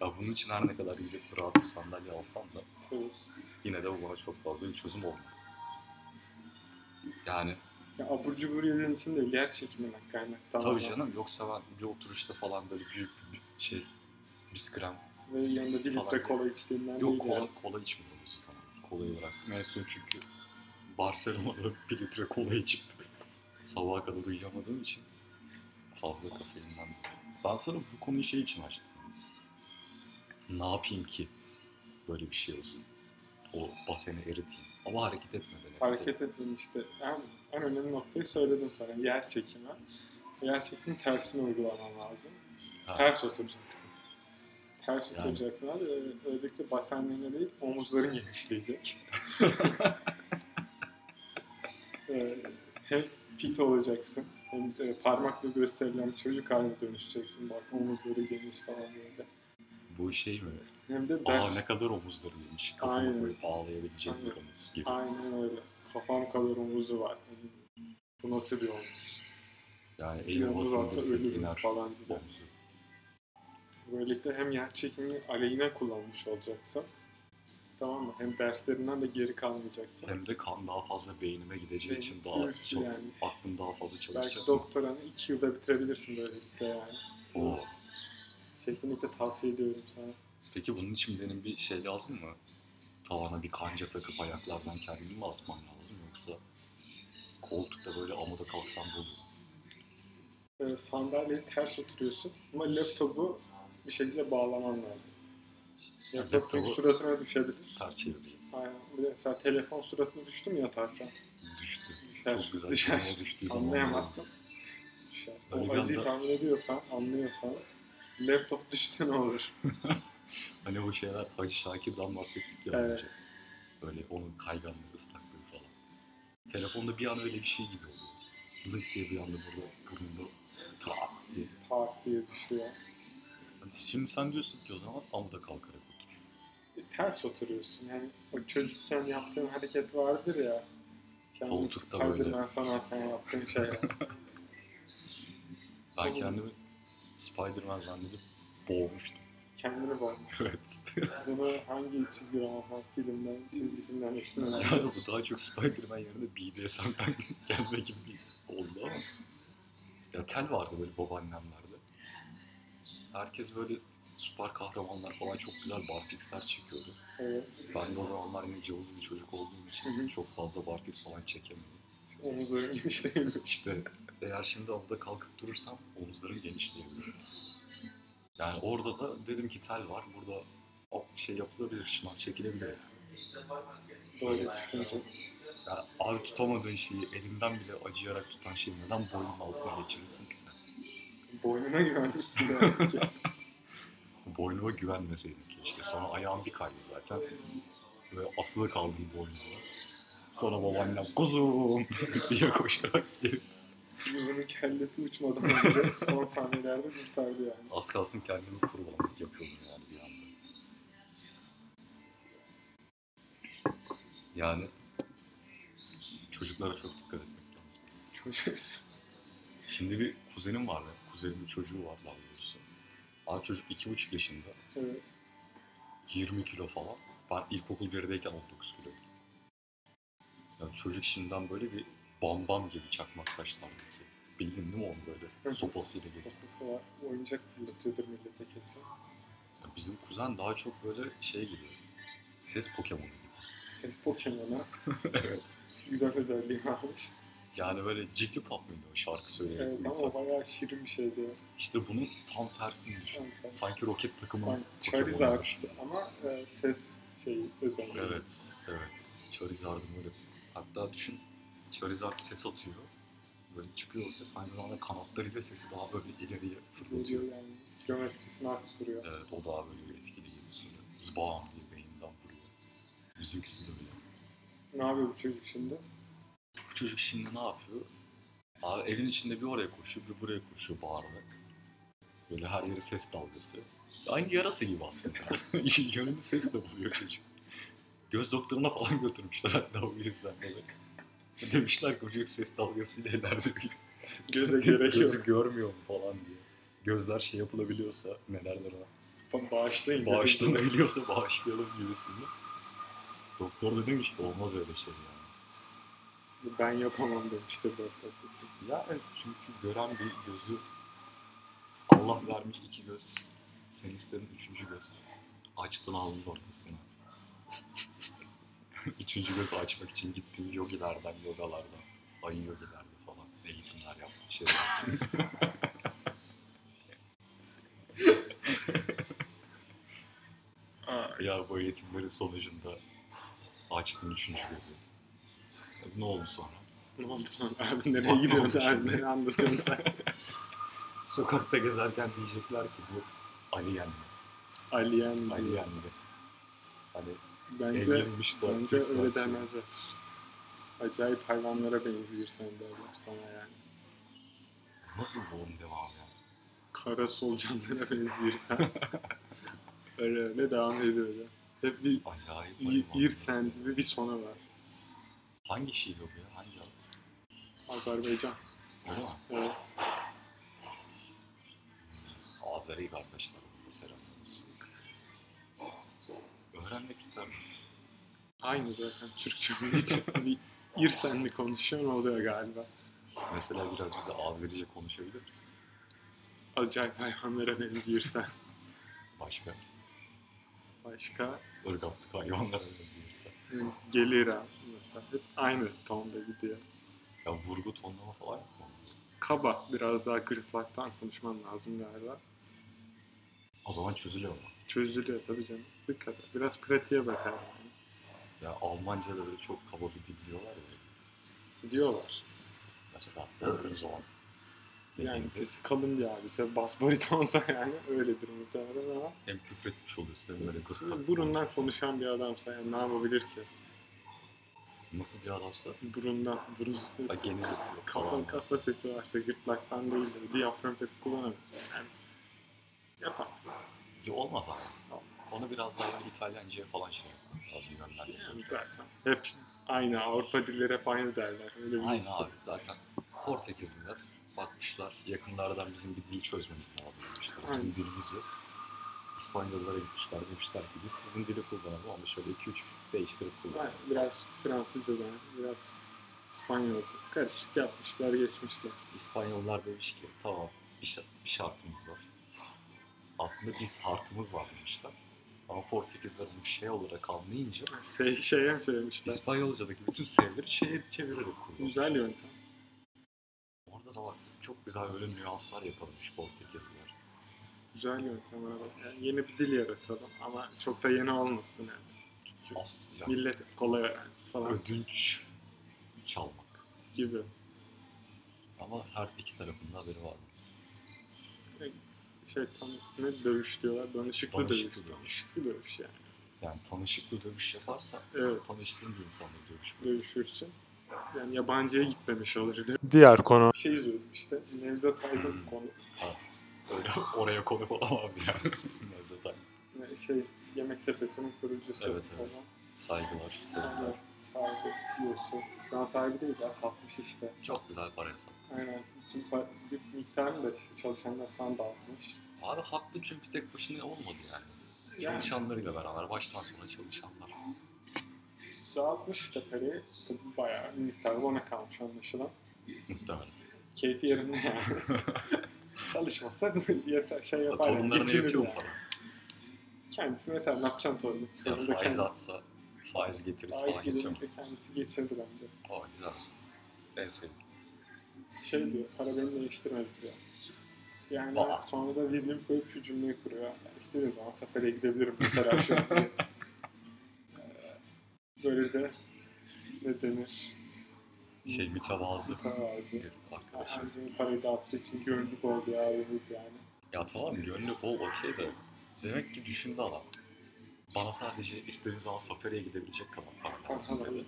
Speaker 3: Ya bunun için her ne kadar gidip rahat bir sandalye alsam da
Speaker 2: Evet.
Speaker 3: yine de bu bana çok fazla bir çözüm olmadı. Yani
Speaker 2: Ya abur cubur yediğin için değil, yer çekiminden kaynaklı.
Speaker 3: Tabii
Speaker 2: ama.
Speaker 3: canım yoksa ben bir oturuşta falan böyle büyük bir şey biskrem.
Speaker 2: Ve yanında bir
Speaker 3: Falan.
Speaker 2: litre kola içtiğinden
Speaker 3: Yok
Speaker 2: değil
Speaker 3: kola,
Speaker 2: yani.
Speaker 3: kola içmiyorum o yüzden. Kolayı bıraktım. En son çünkü Barcelona'da bir litre kola içip sabaha kadar uyuyamadığım için fazla kafeinden. Ben sana bu konuyu şey için açtım. Ne yapayım ki böyle bir şey olsun. O baseni eriteyim. Ama hareket etmeden eriteyim.
Speaker 2: Hareket ettin işte. En, en önemli noktayı söyledim sana. Yer çekimi. Yer çekimi tersine uygulaman lazım.
Speaker 3: Ha,
Speaker 2: Ters oturacaksın. Ters
Speaker 3: Yani.
Speaker 2: oturacaksın abi. Öyle- Böylelikle basenlerine değil omuzların genişleyecek. Ee, hem fit olacaksın hem de parmakla gösterilen çocuk haline dönüşeceksin. Bak omuzları geniş falan böyle.
Speaker 3: Bu şey mi?
Speaker 2: Hem de
Speaker 3: Aa
Speaker 2: ders.
Speaker 3: ne kadar omuzlarıymış. Kafamı
Speaker 2: Aynen.
Speaker 3: koyup ağlayabileceğim bir
Speaker 2: Aynen.
Speaker 3: omuz gibi.
Speaker 2: Aynen öyle. Kafam kadar omuzu var. Bu nasıl bir omuz?
Speaker 3: Yani
Speaker 2: Bir
Speaker 3: eğil
Speaker 2: omuz
Speaker 3: basın
Speaker 2: alsa
Speaker 3: dirsek
Speaker 2: ölürüm
Speaker 3: iner
Speaker 2: falan diye.
Speaker 3: omuzu.
Speaker 2: Böylelikle hem yer çekimini aleyhine kullanmış olacaksın. Tamam mı? Hem derslerinden de geri kalmayacaksın.
Speaker 3: Hem de kan daha fazla beynime gideceği
Speaker 2: Beyin-
Speaker 3: için daha
Speaker 2: Üf,
Speaker 3: çok
Speaker 2: yani.
Speaker 3: aklım daha fazla
Speaker 2: Belki
Speaker 3: çalışacak.
Speaker 2: doktoranı 2 yılda bitirebilirsin böylelikle yani.
Speaker 3: Oo.
Speaker 2: Kesinlikle tavsiye ediyorum sana.
Speaker 3: Peki bunun için benim bir şey lazım mı? Tavana bir kanca takıp ayaklardan kendimi mi asmam lazım yoksa koltukta böyle amuda kalksam da olur mu?
Speaker 2: Ee, sandalyeyi ters oturuyorsun ama laptopu bir şekilde bağlaman lazım.
Speaker 3: Ya
Speaker 2: Laptop çünkü
Speaker 3: laptopu-
Speaker 2: suratına düşebilir.
Speaker 3: Ters çevireceğiz.
Speaker 2: Aynen. Bir de mesela telefon suratına düştü mü yatarken?
Speaker 3: Düştü.
Speaker 2: Düşer,
Speaker 3: Çok güzel.
Speaker 2: düşer.
Speaker 3: Düşer. Düştüğü zaman
Speaker 2: Anlayamazsın. Düşer.
Speaker 3: Öyle
Speaker 2: O
Speaker 3: bir
Speaker 2: acıyı
Speaker 3: anda-
Speaker 2: tahmin ediyorsan, anlıyorsan laptop düştü ne olur?
Speaker 3: Hani o şeyler Hacı Şakir'den bahsettik ya
Speaker 2: Evet.
Speaker 3: önce. Böyle onun kayganlığı, ıslaklığı falan. Telefonda bir an öyle bir şey gibi oluyor. Zık diye bir anda burada burnunda tak diye.
Speaker 2: Tak diye düşüyor.
Speaker 3: Hani şimdi sen diyorsun ki o zaman amuda kalkarak otur.
Speaker 2: E, ters oturuyorsun. Yani o çocukken yaptığın hareket vardır ya. Kendini
Speaker 3: Koltukta
Speaker 2: Spider-Man
Speaker 3: böyle.
Speaker 2: sanarken yaptığın şey. yani.
Speaker 3: Ben
Speaker 2: Oğlum.
Speaker 3: kendimi Spider-Man zannedip boğmuştum.
Speaker 2: Kendini bak.
Speaker 3: Evet.
Speaker 2: Bunu hangi çizgi romandan, filmden, çizgi filmden esinlenen?
Speaker 3: yani bu daha çok Spider-Man yerine BDSM'den gelme gibi bir oldu ama. Ya tel vardı böyle babaannemlerde. Herkes böyle süper kahramanlar falan çok güzel barfixler çekiyordu.
Speaker 2: Evet.
Speaker 3: Ben de o zamanlar yine cılız bir çocuk olduğum için
Speaker 2: Hı hı.
Speaker 3: çok fazla barfiks falan çekemedim.
Speaker 2: İşte omuzların geniş değilmiş.
Speaker 3: İşte eğer şimdi avuda kalkıp durursam omuzlarım genişleyebilir. Yani orada da dedim ki tel var. Burada hop bir şey yapılabilir, şınav çekilebilir.
Speaker 2: Doğru düşünce.
Speaker 3: Yani abi tutamadığın şeyi elinden bile acıyarak tutan şeyi neden boynun altına geçirirsin ki sen?
Speaker 2: Boynuna güvenmişsin demek ki.
Speaker 3: Boynuma güvenmeseydim keşke. Sonra ayağım bir kaydı zaten. Ve asılı kaldım boynuma. Sonra babaannem kuzum diye koşarak gelip
Speaker 2: Yüzünün kellesi uçmadan önce son sahnelerde kurtardı yani.
Speaker 3: az kalsın kendimi kurbanlık yapıyordum yani bir anda. Yani çocuklara çok dikkat etmek lazım.
Speaker 2: Çocuk.
Speaker 3: Şimdi bir kuzenim var benim. Kuzenimin çocuğu var daha doğrusu. Abi çocuk iki buçuk yaşında.
Speaker 2: Evet.
Speaker 3: 20 kilo falan. Ben ilkokul 1'deyken 19 kilo. Yani çocuk şimdiden böyle bir bam bam gibi çakmak taşlardaki. Bildin değil mi onu
Speaker 2: Hı.
Speaker 3: böyle sopasıyla gezip.
Speaker 2: Mesela oyuncak fırlatıyordur millete kesin.
Speaker 3: Yani bizim kuzen daha çok böyle şey gibi. Ses Pokemon gibi.
Speaker 2: Ses Pokemon'a
Speaker 3: evet.
Speaker 2: güzel özelliği varmış.
Speaker 3: Yani böyle Jigglypuff mıydı o şarkı söyleyerek
Speaker 2: Evet ama
Speaker 3: uyutan?
Speaker 2: o bayağı şirin bir şeydi.
Speaker 3: İşte bunun tam tersini düşün.
Speaker 2: Yani sen-
Speaker 3: Sanki roket takımı
Speaker 2: Ben Charizard ama e, ses şeyi özelliği.
Speaker 3: Evet, evet. Charizard'ın böyle... Hatta düşün, Charizard ses atıyor. Böyle çıkıyor o ses, aynı zamanda kanatlarıyla sesi daha böyle ileriye fırlatıyor.
Speaker 2: Geliyor yani kilometresini arttırıyor.
Speaker 3: Evet, o daha böyle etkili geliyor. Böyle Zbam diye beyinden vuruyor. Müziksiz öyle.
Speaker 2: Ne yapıyor bu çocuk şimdi?
Speaker 3: Bu çocuk şimdi ne yapıyor? Abi evin içinde bir oraya koşuyor, bir buraya koşuyor bağırarak. Böyle her yeri ses dalgası. Aynı yarası gibi aslında. Yönünü sesle buluyor çocuk. Göz doktoruna falan götürmüşler hatta bu yüzden böyle. Demişler ki çocuk ses dalgasıyla ileride bir
Speaker 2: Göze gerek yok.
Speaker 3: gözü görmüyor mu falan diye. Gözler şey yapılabiliyorsa neler ona.
Speaker 2: Ba- Bağışlayın.
Speaker 3: Bağışlanabiliyorsa bağışlayalım gibisini. Doktor da demiş ki olmaz öyle şey yani.
Speaker 2: dedim. Ben yapamam demişti doktor kesin.
Speaker 3: Ya evet, çünkü gören bir gözü Allah vermiş iki göz. Sen istedin üçüncü göz. Açtın alnın ortasına. üçüncü gözü açmak için gittin yogilerden, yogalardan, ayı yogilerde falan eğitimler yaptın, şey yaptın. ya bu eğitimlerin sonucunda açtın üçüncü gözü. Ne oldu sonra?
Speaker 2: Ne oldu sonra? Abi nereye gidiyorsun? Abi
Speaker 3: Şimdi.
Speaker 2: ne anlatıyorsun sen?
Speaker 3: Sokakta gezerken diyecekler ki bu Aliyen mi?
Speaker 2: Aliyen mi?
Speaker 3: Aliyen mi? Hani
Speaker 2: Bence,
Speaker 3: evlenmiş de
Speaker 2: bence
Speaker 3: artık
Speaker 2: öyle
Speaker 3: nasıl?
Speaker 2: demezler. Acayip hayvanlara benziyor sen derler sana yani.
Speaker 3: Nasıl bu onun devamı ya?
Speaker 2: Kara solucanlara benziyor sen. öyle öyle devam ediyor öyle. Hep bir
Speaker 3: Acayip
Speaker 2: İ-
Speaker 3: hayvan.
Speaker 2: İrsen gibi bir sonu var.
Speaker 3: Hangi şiir o bu ya? Hangi at?
Speaker 2: Azerbaycan.
Speaker 3: Öyle mi?
Speaker 2: Evet.
Speaker 3: Azeri kardeşlerimize selam olsun. Öğrenmek ister misin?
Speaker 2: Aynı zaten Türkçe'nin için. bir irsenli konuşuyor oluyor galiba.
Speaker 3: Mesela biraz bize Azerice konuşabilir misin?
Speaker 2: Acayip hayvanlara benziyorsan.
Speaker 3: Başka
Speaker 2: Başka
Speaker 3: ırgatlık hayvanlara benziyorsa.
Speaker 2: yani gelir ha mesela. Hep aynı tonda gidiyor.
Speaker 3: Ya vurgu tonlama falan yapma.
Speaker 2: Kaba biraz daha gırtlaktan konuşman lazım galiba.
Speaker 3: O zaman çözülüyor mu?
Speaker 2: Çözülüyor tabii canım. Bir kadar. Biraz pratiğe bakar yani.
Speaker 3: Ya Almanca'da böyle çok kaba bir dil diyorlar ya.
Speaker 2: Diyorlar.
Speaker 3: Mesela Örzon.
Speaker 2: Yani
Speaker 3: Yani
Speaker 2: sesi kalın bir abise bas baritonsa yani öyledir muhtemelen ama
Speaker 3: hem küfretmiş oluyorsun hem böyle
Speaker 2: Şimdi
Speaker 3: gırtlak.
Speaker 2: burundan konuşan bir adamsa yani ne yapabilir ki?
Speaker 3: Nasıl bir adamsa.
Speaker 2: Burundan, burun
Speaker 3: Ha,
Speaker 2: sesi.
Speaker 3: geniz atıyor.
Speaker 2: Kafan
Speaker 3: Kalan
Speaker 2: kasa sesi varsa gırtlaktan değil de diyafram pek kullanamıyorsun. Yani yapamaz.
Speaker 3: Ya olmaz ama. Onu biraz daha böyle İtalyanca'ya falan şey yapmak lazım
Speaker 2: Yani
Speaker 3: göndermek.
Speaker 2: zaten hep aynı Avrupa dilleri hep aynı derler. Öyle bir
Speaker 3: Aynen abi zaten Portekizliler bakmışlar yakınlardan bizim bir dil çözmemiz lazım demişler. Bizim
Speaker 2: Aynen.
Speaker 3: dilimiz yok. İspanyollara gitmişler demişler ki biz sizin dili kullanalım ama şöyle 2-3 değiştirip kullanalım.
Speaker 2: Ben biraz Fransızcadan, biraz İspanyolca karışık yapmışlar geçmişler.
Speaker 3: İspanyollar demiş ki tamam bir, şa- bir şartımız var. Aslında bir sartımız var demişler. Ama Portekizler bunu şey olarak anlayınca
Speaker 2: Şey, şeye mi söylemişler?
Speaker 3: İspanyolcadaki bütün sevgileri şeye çevirerek kullanmışlar.
Speaker 2: Güzel yöntem.
Speaker 3: Orada da bak çok güzel böyle nüanslar yapılmış Portekizliler.
Speaker 2: Güzel yöntem abi. Yani yeni bir dil yaratalım ama çok da yeni olmasın yani.
Speaker 3: As, yani
Speaker 2: Millet kolay öğrensin falan
Speaker 3: ödünç çalmak.
Speaker 2: gibi.
Speaker 3: Ama her iki tarafında haberi var.
Speaker 2: Şey tam ne dövüş diyorlar? Danışıklı,
Speaker 3: Danışıklı
Speaker 2: dövüş.
Speaker 3: dövüş.
Speaker 2: Danışıklı dövüş yani.
Speaker 3: Yani tanışıklı dövüş yaparsa
Speaker 2: Evet
Speaker 3: tanıştığın bir insanla dövüşmek.
Speaker 2: dövüşürsün. Yani yabancıya gitmemiş olur.
Speaker 4: Diğer konu.
Speaker 2: Bir şey izliyordum işte. Nevzat Aydın konu.
Speaker 3: Öyle oraya konu olamaz yani. Nevzat Aydın.
Speaker 2: Ne- Şey, yemek sepetinin kurucusu
Speaker 3: Evet,
Speaker 2: falan.
Speaker 3: evet. Saygılar, sevgiler.
Speaker 2: Yani sahibi, CEO'su. Şu an sahibi değil ya, satmış işte.
Speaker 3: Çok güzel para insan.
Speaker 2: Aynen. Bütün pa- bir miktarını da işte çalışanlar falan dağıtmış.
Speaker 3: Abi haklı çünkü tek başına olmadı yani.
Speaker 2: Yani.
Speaker 3: Çalışanlarıyla beraber baştan sona çalışanlar.
Speaker 2: Dağıtmış da parayı. Tabii bayağı bir miktar ona kalmış anlaşılan.
Speaker 3: Muhtemelen.
Speaker 2: Keyfi yerinde yani. Çalışmasa yeter, şey yapar. yani,
Speaker 3: Torunlarına
Speaker 2: geçinir
Speaker 3: yatıyor mu
Speaker 2: yani.
Speaker 3: para?
Speaker 2: Kendisine yeter. Ne yapacaksın torunu? Torunu da
Speaker 3: Ya faiz
Speaker 2: kendi-
Speaker 3: atsa, faiz getirisi falan
Speaker 2: Ay,
Speaker 3: yetiyor mu?
Speaker 2: gelince kendisi geçirdi bence.
Speaker 3: Aa güzel güzel. En sevdiğim.
Speaker 2: şey diyor, para beni değiştirmedi diyor. Yani
Speaker 3: Aa.
Speaker 2: sonra da virgül koyup şu cümleyi kuruyor. Yani istediğim zaman sefere gidebilirim mesela şu an diye. Ee, Böyle de ne denir?
Speaker 3: Şey mütevazı
Speaker 2: Mütevazı.
Speaker 3: bir arkadaşım.
Speaker 2: Herkesin parayı dağıttığı için gönüllük oldu ya abimiz yani.
Speaker 3: Ya tamam gönlü o okey de demek ki düşündü adam. Bana sadece istediğim zaman safariye gidebilecek kadar para lazım dedi.
Speaker 2: Kankalar,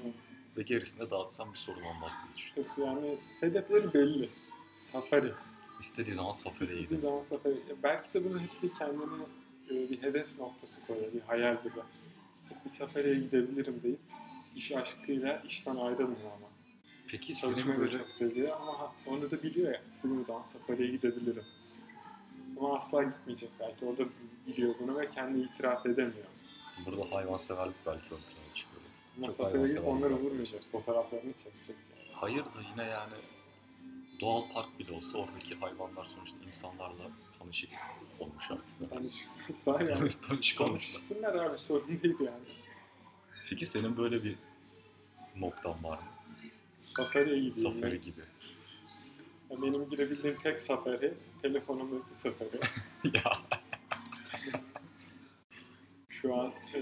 Speaker 3: Ve gerisini dağıtsam bir sorun olmaz diye düşündüm.
Speaker 2: Hep yani hedefleri belli. Safari.
Speaker 3: İstediği zaman safariye
Speaker 2: İstediği
Speaker 3: gidelim.
Speaker 2: zaman safari. Ya Belki de bunu hep bir kendine e, bir hedef noktası koyuyor, bir hayal gibi. Hep bir safariye gidebilirim deyip iş aşkıyla işten ayrılmıyor ama.
Speaker 3: Peki senin
Speaker 2: Çalışmayı da
Speaker 3: böyle
Speaker 2: çok seviyor ama onu da biliyor ya. İstediğim zaman safariye gidebilirim. Ama asla gitmeyecek belki. O da biliyor bunu ve kendi itiraf edemiyor.
Speaker 3: burada hayvanseverlik belki ön plana çıkıyor.
Speaker 2: Ama
Speaker 3: Çok
Speaker 2: safariye gidip
Speaker 3: hayvansever.
Speaker 2: onları vurmayacak. Fotoğraflarını çekecek. yani.
Speaker 3: Hayır da yine yani doğal park bile olsa oradaki hayvanlar sonuçta insanlarla tanışık olmuş artık.
Speaker 2: Yani Hani şu- sahi yani.
Speaker 3: tanışık olmuşlar.
Speaker 2: Konuşsunlar abi sorun değil yani.
Speaker 3: Peki senin böyle bir noktan var mı?
Speaker 2: Safariye gideyim.
Speaker 3: Safari gibi.
Speaker 2: Ya Benim girebildiğim tek safari, telefonumdaki safari.
Speaker 3: ya
Speaker 2: Şu an e,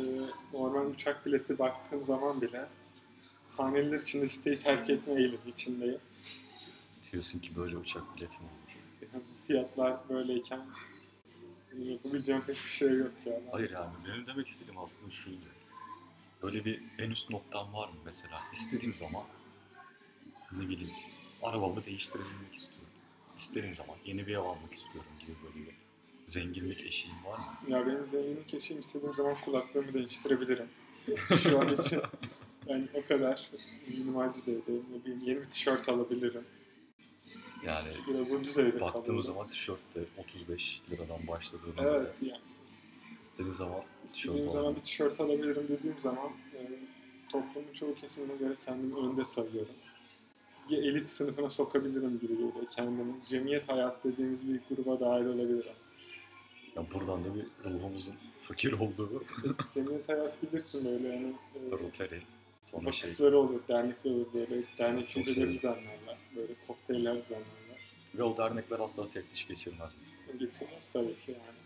Speaker 2: normal uçak bileti baktığım zaman bile saniyeler içinde siteyi terk etme eğilimi içindeyim.
Speaker 3: diyorsun ki böyle uçak bileti mi olur?
Speaker 2: Yani fiyatlar böyleyken yapabileceğim pek bir şey yok yani.
Speaker 3: Hayır yani benim demek istediğim aslında şuydu. Böyle bir en üst noktam var mı mesela? İstediğim zaman ne bileyim arabamı değiştirebilmek istiyorum. İstediğim zaman yeni bir ev almak istiyorum gibi böyle bir zenginlik eşiğim var mı?
Speaker 2: Ya benim zenginlik eşiğim istediğim zaman kulaklığımı değiştirebilirim. Şu an için yani o kadar minimal düzeydeyim. Ne bileyim, Yeni bir tişört alabilirim.
Speaker 3: Yani
Speaker 2: Biraz o düzeyde
Speaker 3: baktığımız
Speaker 2: kalırım.
Speaker 3: zaman tişört de 35 liradan başladığında
Speaker 2: Evet yani
Speaker 3: istediğim zaman tişört
Speaker 2: İstediğim zaman
Speaker 3: alalım.
Speaker 2: bir tişört alabilirim dediğim zaman e, toplumun çoğu kesimine göre kendimi önde sayıyorum. Bir elit sınıfına sokabilirim gibi geliyor kendimi. Cemiyet hayat dediğimiz bir gruba dahil olabilirim.
Speaker 3: Ya buradan da bir ruhumuzun fakir olduğu
Speaker 2: Cemiyet hayat bilirsin böyle yani. e,
Speaker 3: Rotary. Sonra şey.
Speaker 2: Vakıfları olur, dernekler olur böyle. Dernek
Speaker 3: Çok
Speaker 2: geceleri
Speaker 3: severim.
Speaker 2: düzenlerler. Böyle kokteyller düzenlerler.
Speaker 3: Ve o dernekler asla teftiş geçirmez bizi.
Speaker 2: Geçirmez tabii ki yani.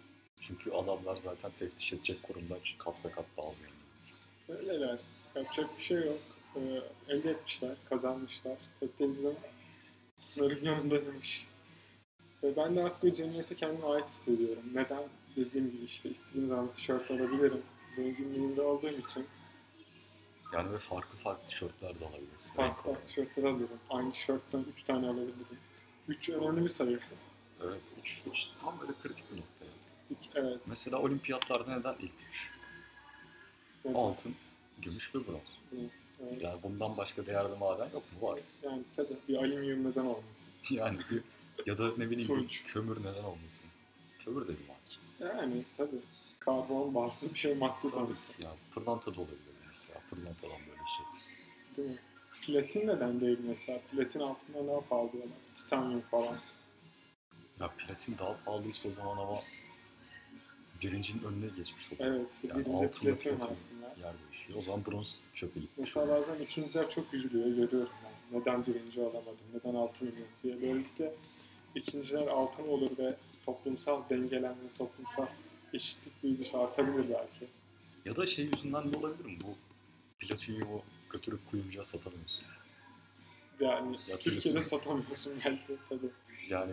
Speaker 3: Çünkü adamlar zaten teftiş edecek kurumdan kat ve kat bazı yani.
Speaker 2: Böyleler. Yapacak bir şey yok. Ee, elde etmişler, kazanmışlar. Kapitalizm bunların yanındaymış. Ve ben de artık o cemiyete kendime ait hissediyorum. Neden? Dediğim gibi işte istediğim zaman bir tişört alabilirim. Zenginliğinde olduğum için
Speaker 3: Yani ve farklı farklı tişörtler de alabilirsin. renk
Speaker 2: farklı farklı
Speaker 3: olarak.
Speaker 2: tişörtler alıyorum. Aynı tişörtten 3 tane alabilirim. 3 önemli bir sayı.
Speaker 3: Evet, üç, üç tam böyle kritik bir nokta. yani.
Speaker 2: İki- Evet.
Speaker 3: Mesela olimpiyatlarda neden ilk üç?
Speaker 2: evet,
Speaker 3: Altın, gümüş ve bronz.
Speaker 2: evet.
Speaker 3: Yani bundan başka değerli maden yok mu? Var.
Speaker 2: Yani tabii bir alüminyum neden olmasın.
Speaker 3: Yani bir, ya da ne bileyim bir
Speaker 2: Tunç.
Speaker 3: kömür neden olmasın? Kömür de bir maden.
Speaker 2: Yani tabii. Karbon bazı bir şey madde sonuçta.
Speaker 3: Yani pırlanta da olabilir mesela. Pırlantadan böyle şey.
Speaker 2: Değil mi? Platin neden değil mesela? Platin altında ne yapar diyorlar? Titanyum falan.
Speaker 3: Ya platin daha pahalıysa o zaman ama birincinin önüne geçmiş oluyor.
Speaker 2: Evet işte
Speaker 3: Yani
Speaker 2: birinci
Speaker 3: altında
Speaker 2: platin var
Speaker 3: platin.
Speaker 2: aslında.
Speaker 3: Yer değişiyor. O zaman bronz çöpe gitmiş
Speaker 2: Mesela
Speaker 3: oluyor.
Speaker 2: bazen ikinciler çok üzülüyor görüyorum ben. Neden birinci olamadım, neden altın yok diye. Böylelikle ikinciler altın olur ve toplumsal dengelenme, toplumsal eşitlik duygusu artabilir belki.
Speaker 3: Ya da şey yüzünden de olabilir mi? Bu platinyumu götürüp kuyumcuya satamıyorsun.
Speaker 2: Yani
Speaker 3: Ya
Speaker 2: Türkiye'de
Speaker 3: Platin-
Speaker 2: satamıyorsun belki tabii.
Speaker 3: Yani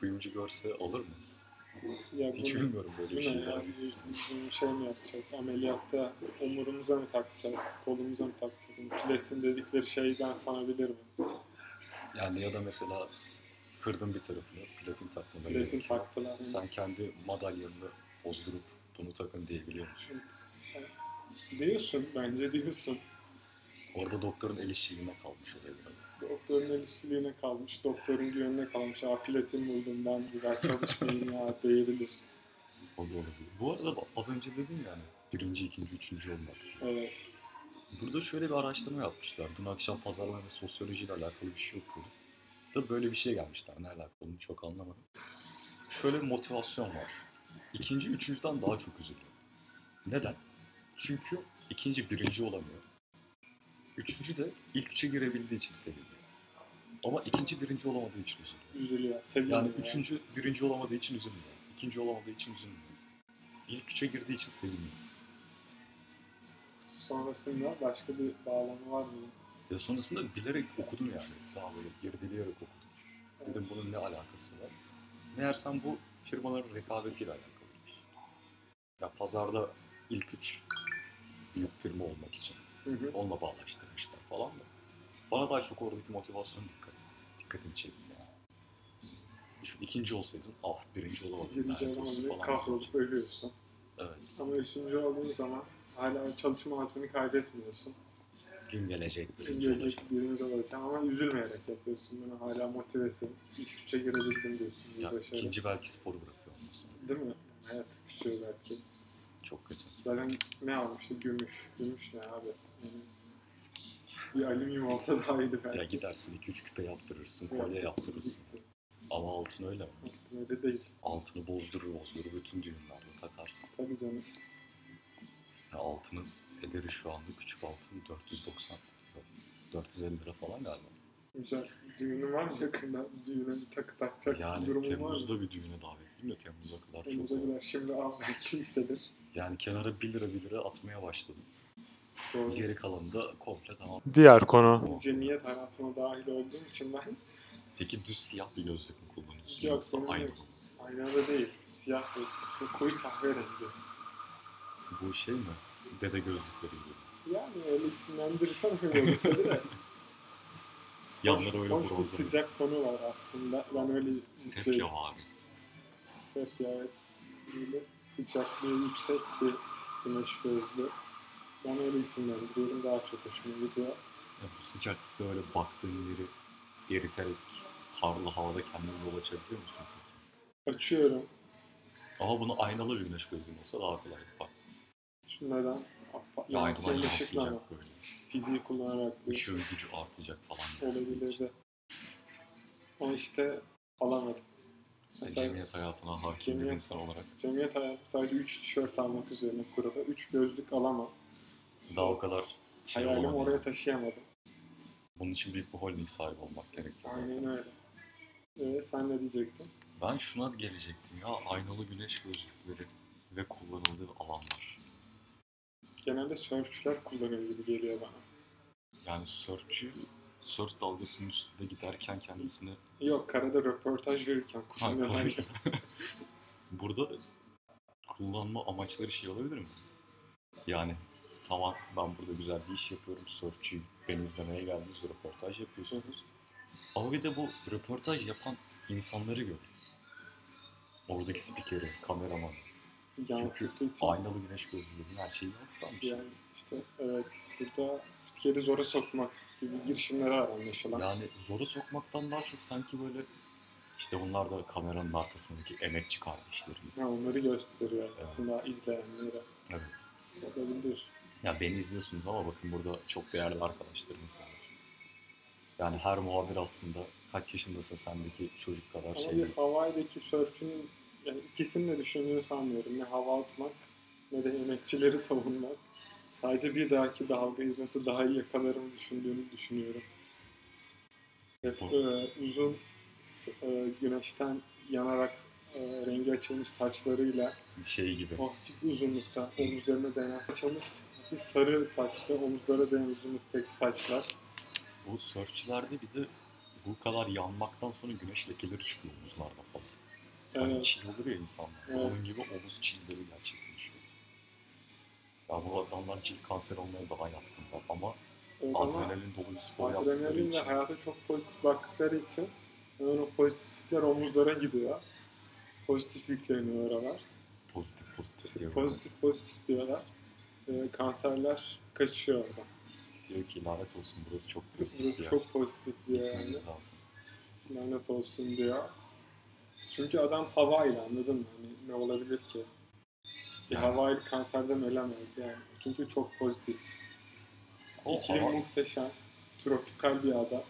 Speaker 3: kuyumcu görse alır mı?
Speaker 2: Ya
Speaker 3: Hiç
Speaker 2: bunu-
Speaker 3: bilmiyorum böyle bir
Speaker 2: Değil mi?
Speaker 3: şey.
Speaker 2: Yani biz- biz bir şey mi yapacağız? Ameliyatta omurumuza mı takacağız? Kolumuza mı takacağız? Yani Platin dedikleri şey şeyden sanabilir mi?
Speaker 3: Yani ya da mesela kırdın bir tarafını, platin takmana
Speaker 2: Platin
Speaker 3: gerekiyor.
Speaker 2: taktılar.
Speaker 3: Sen kendi madalyanını bozdurup bunu takın diyebiliyor musun?
Speaker 2: Diyorsun bence diyorsun.
Speaker 3: Orada doktorun el işçiliğine kalmış oluyor biraz.
Speaker 2: Doktorun el işçiliğine kalmış, doktorun güvenine kalmış. Aa platin buldum ben bir daha çalışmayayım ya diyebilir.
Speaker 3: O da olabilir. Bu arada bak, az önce dedin hani, yani birinci, ikinci, üçüncü olmak.
Speaker 2: Evet.
Speaker 3: Burada şöyle bir araştırma yapmışlar. Dün akşam pazarlama ve sosyolojiyle alakalı bir şey okuyordum. Da böyle bir şey gelmişler. Ne alakalı çok anlamadım. Şöyle bir motivasyon var. İkinci, üçüncüden daha çok üzülüyor. Neden? Çünkü ikinci birinci olamıyor. Üçüncü de ilk üçe girebildiği için seviniyor. Ama ikinci birinci olamadığı için üzülüyor.
Speaker 2: Üzülüyor. Seviniyor.
Speaker 3: Yani üçüncü birinci olamadığı için üzülmüyor. İkinci olamadığı için üzülmüyor. İlk üçe girdiği için seviniyor.
Speaker 2: Sonrasında başka bir bağlamı var mı?
Speaker 3: Ya sonrasında bilerek okudum yani. Daha böyle irdeleyerek okudum.
Speaker 2: Evet.
Speaker 3: Dedim bunun ne alakası var? Meğersem bu firmaların rekabetiyle alakalıymış. Ya pazarda ilk üç büyük firma olmak için
Speaker 2: Hı hı.
Speaker 3: onunla bağlaştırmışlar falan da. Bana daha çok oradaki motivasyon dikkat, dikkatimi çekti yani. Şu ikinci olsaydın, ah birinci olamadın.
Speaker 2: Birinci
Speaker 3: lanet olsun
Speaker 2: olamadın,
Speaker 3: falan.
Speaker 2: kahrolup ölüyorsun.
Speaker 3: Evet.
Speaker 2: Ama üçüncü olduğun zaman hala çalışma hayatını kaybetmiyorsun.
Speaker 3: Gün gelecek birinci
Speaker 2: Çünkü
Speaker 3: olacak.
Speaker 2: birinci olacaksın ama üzülmeyerek yapıyorsun bunu. Hala motivesin. İlk üçe girebildim diyorsun. Bir
Speaker 3: Ya,
Speaker 2: başarı.
Speaker 3: ikinci belki sporu bırakıyor ondan sonra.
Speaker 2: Değil mi? Hayat küçüyor belki.
Speaker 3: Çok kötü.
Speaker 2: Zaten ne almıştı? Gümüş. Gümüş ne abi? Yani bir alüminyum olsa daha iyiydi belki.
Speaker 3: Ya gidersin 2-3 küpe yaptırırsın, kolye yaptırırsın. Ama altın öyle mi?
Speaker 2: Öyle değil.
Speaker 3: Altını bozdurur bozdurur bütün düğünlerde takarsın.
Speaker 2: Tabii canım.
Speaker 3: Ya altının ederi şu anda küçük altın 490 yok, 450 lira falan galiba.
Speaker 2: Güzel. Düğünün var mı yakında? Düğüne bir takı takacak
Speaker 3: yani
Speaker 2: bir durumun var mı?
Speaker 3: Temmuz'da bir düğüne davetliyim de Temmuz'a kadar çok.
Speaker 2: Temmuz'a gider. Şimdi al belki yükselir.
Speaker 3: Yani kenara 1 lira 1 lira atmaya başladım.
Speaker 2: Doğru.
Speaker 3: Geri kalanı da komple tamam.
Speaker 4: Diğer konu.
Speaker 2: cemiyet hayatına dahil olduğum için ben
Speaker 3: Peki düz siyah bir gözlük mü kullanıyorsun
Speaker 2: Yok,
Speaker 3: yoksa
Speaker 2: benim
Speaker 3: aynı
Speaker 2: yok.
Speaker 3: mı?
Speaker 2: aynada değil, siyah ve koyu kahverengi.
Speaker 3: Bu şey mi? Dede gözlükleri gibi.
Speaker 2: Yani öyle isimlendirirsem öyle olur tabii de. Hoş-
Speaker 3: Yanları öyle
Speaker 2: hoş bir
Speaker 3: bronzlu.
Speaker 2: sıcak şey- tonu var aslında. Ben öyle
Speaker 3: Sepya var.
Speaker 2: Sepya evet. Böyle sıcaklığı yüksek bir güneş gözlü. Ben öyle isimlendiriyorum. Daha çok hoşuma gidiyor.
Speaker 3: Ya bu sıcaklıkta öyle baktığın yeri eriterek karlı havada kendini dolaşabiliyor musun? peki?
Speaker 2: Açıyorum.
Speaker 3: Ama bunu aynalı bir güneş gözlüğün olsa daha kolaydı bak.
Speaker 2: Şunlardan Apa-
Speaker 3: Yardımlar
Speaker 2: Yansımışlıkla
Speaker 3: yansıyacak böyle.
Speaker 2: fiziği kullanarak bir
Speaker 3: Işığın gücü artacak falan.
Speaker 2: olabilirdi. O işte alamadım.
Speaker 3: Yani
Speaker 2: Mesela
Speaker 3: cemiyet hayatına hakim bir
Speaker 2: Cemiyet-
Speaker 3: insan olarak
Speaker 2: cemiyet hayatı sadece 3 tişört almak üzerine kurulu. 3 gözlük alamam.
Speaker 3: daha o kadar şey
Speaker 2: Hayalimi
Speaker 3: olamadı.
Speaker 2: oraya taşıyamadım.
Speaker 3: Bunun için büyük bir holding sahibi olmak gerekiyor. zaten.
Speaker 2: Aynen öyle. Ee, sen ne diyecektin?
Speaker 3: Ben şuna gelecektim ya aynalı güneş gözlükleri ve kullanıldığı alanlar.
Speaker 2: Genelde sörfçüler kullanıyor gibi geliyor bana.
Speaker 3: Yani sörfçü sörf dalgasının üstünde giderken kendisini
Speaker 2: Yok karada röportaj verirken kullanıyorlar. ya.
Speaker 3: Burada kullanma amaçları şey olabilir mi? Yani tamam ben burada güzel bir iş yapıyorum. Sörfçüyüm. Beni izlemeye geldiniz. Röportaj yapıyorsunuz. Ama bir de bu röportaj yapan insanları gör. Oradaki spikeri, kameramanı.
Speaker 2: Yansıttığı için.
Speaker 3: Aynalı güneş gözlüğünün her şeyi yansıtmış.
Speaker 2: Yani işte evet burada spikeri zora sokmak gibi girişimlere var anlaşılan.
Speaker 3: Yani zoru sokmaktan daha çok sanki böyle işte bunlar da kameranın arkasındaki emekçi kardeşlerimiz.
Speaker 2: Ha, onları gösteriyor aslında
Speaker 3: Evet.
Speaker 2: izleyenlere.
Speaker 3: Evet.
Speaker 2: Olabilir.
Speaker 3: Ya beni izliyorsunuz ama bakın burada çok değerli arkadaşlarımız var. Yani her muhabir aslında kaç yaşındasın sendeki çocuk kadar
Speaker 2: Ama
Speaker 3: şey
Speaker 2: bir
Speaker 3: değil.
Speaker 2: Hawaii'deki sörfçünün yani ikisini de düşündüğünü sanmıyorum. Ne hava atmak ne de emekçileri savunmak. Sadece bir dahaki dalga izlesi daha iyi yakalarını düşündüğünü düşünüyorum. Hep
Speaker 3: Bu-
Speaker 2: e, uzun s- e, güneşten yanarak e, rengi açılmış saçlarıyla
Speaker 3: şey gibi.
Speaker 2: o hafif uzunlukta omuzlarına değen saçılmış bir sarı saçlı omuzlara değen uzunluktaki saçlar.
Speaker 3: Bu sörfçülerde bir de bu kadar yanmaktan sonra güneş lekeleri çıkıyor omuzlarda falan. Hani
Speaker 2: Evet.
Speaker 3: çil olur ya insanlar.
Speaker 2: Evet.
Speaker 3: Onun gibi omuz çilleri gerçekleşiyor. Ya bu adamlar çil kanseri olmaya daha yatkınlar ama
Speaker 2: Evet, E, ama-
Speaker 3: adrenalin dolu bir spor yaptıkları
Speaker 2: Adrenalinle
Speaker 3: için
Speaker 2: hayata çok pozitif baktıkları için hemen o pozitiflikler omuzlara gidiyor. Pozitif yükleniyor oralar.
Speaker 3: pozitif pozitif diyor.
Speaker 2: Pozitif pozitif diyorlar. Ee, kanserler kaçıyor oradan.
Speaker 3: Diyor ki lanet olsun burası çok pozitif
Speaker 2: Burası
Speaker 3: bir yer.
Speaker 2: çok pozitif diyor yani.
Speaker 3: Gitmemiz lazım.
Speaker 2: Lanet olsun diyor. Çünkü adam havayla anladın mı? Hani ne olabilir ki? Bir
Speaker 3: Yani.
Speaker 2: havayla kanserden ölemez yani. Çünkü çok pozitif.
Speaker 3: O
Speaker 2: İklim
Speaker 3: hava-
Speaker 2: muhteşem. Tropikal bir ada.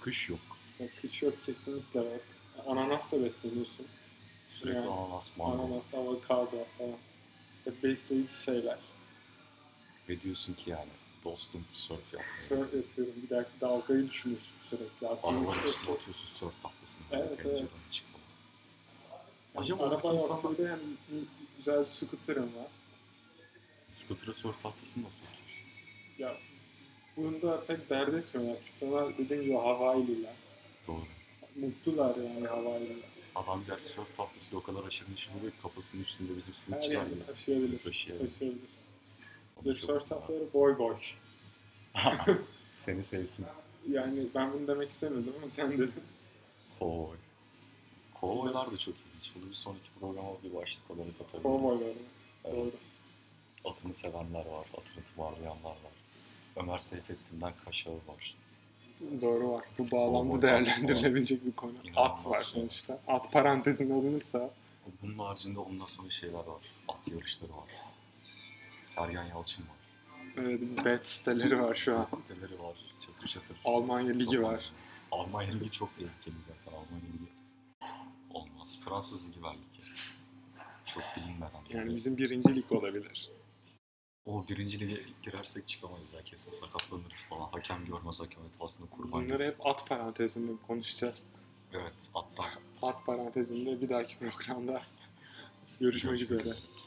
Speaker 3: Kış yok.
Speaker 2: Yani kış yok kesinlikle yok. Ananasla besleniyorsun.
Speaker 3: Sürekli
Speaker 2: Yani,
Speaker 3: ananas, mango.
Speaker 2: Ananas, avokado falan. Hep besleyici şeyler.
Speaker 3: Ve diyorsun ki yani dostum surf yap.
Speaker 2: Sörf yapıyorum. Bir dahaki dalgayı düşünüyorsun sürekli. Atlayıp-
Speaker 3: Arabanın üstüne atıyorsun surf tahtasını.
Speaker 2: Evet,
Speaker 3: böyle pencereden
Speaker 2: evet.
Speaker 3: çıkıyor.
Speaker 2: Yani
Speaker 3: Acaba
Speaker 2: araba
Speaker 3: araba
Speaker 2: yoksa
Speaker 3: insanlar
Speaker 2: bile yani güzel bir scooter'ın var.
Speaker 3: scooter'a surf tahtasını nasıl atıyorsun?
Speaker 2: Ya bunu da pek dert etmiyorlar. Çünkü onlar dediğim gibi Havaililer.
Speaker 3: Doğru.
Speaker 2: Mutlular yani Havaililer.
Speaker 3: Adam gerçi surf tahtası o kadar aşırı neşir oluyor ki kafasının üstünde bizim
Speaker 2: Her
Speaker 3: simitçiler
Speaker 2: yerde
Speaker 3: gibi.
Speaker 2: taşıyabilir.
Speaker 3: Taşıyalım.
Speaker 2: Taşıyabilir.
Speaker 3: Onu
Speaker 2: Bir
Speaker 3: çok
Speaker 2: surf
Speaker 3: güzel.
Speaker 2: tarafları boy boy.
Speaker 3: Seni sevsin.
Speaker 2: Yani ben bunu demek istemedim ama sen dedin.
Speaker 3: Kovboy. Kovboylar da çok ilginç. Bunu bir sonraki programa bir başlık olarak atabiliriz.
Speaker 2: Kovboylar.
Speaker 3: Evet.
Speaker 2: Doğru.
Speaker 3: Atını sevenler var, atını tımarlayanlar var. Ömer Seyfettin'den Kaşağı var.
Speaker 2: Doğru var. Bu
Speaker 3: Doğru,
Speaker 2: bağlamda
Speaker 3: at
Speaker 2: değerlendirilebilecek bir konu.
Speaker 3: İnanılmaz
Speaker 2: At var
Speaker 3: ya.
Speaker 2: sonuçta. At parantezinde alınırsa
Speaker 3: Bunun haricinde ondan sonra şeyler var. At yarışları var. Sergen Yalçın var.
Speaker 2: evet, bet siteleri var şu an.
Speaker 3: At siteleri var. Çatır çatır.
Speaker 2: Almanya Ligi
Speaker 3: Çok
Speaker 2: var.
Speaker 3: Almanya Ligi çok tehlikeli zaten. Almanya Ligi olmaz. Fransız Ligi var ligi. Çok bilinmeden.
Speaker 2: Yani bizim birinci lig olabilir.
Speaker 3: O birinci lige girersek çıkamayız ya kesin sakatlanırız falan. Hakem görmez hakem hatasına kurban.
Speaker 2: Bunları hep at parantezinde konuşacağız.
Speaker 3: Evet atlar.
Speaker 2: At parantezinde bir dahaki programda görüşmek üzere.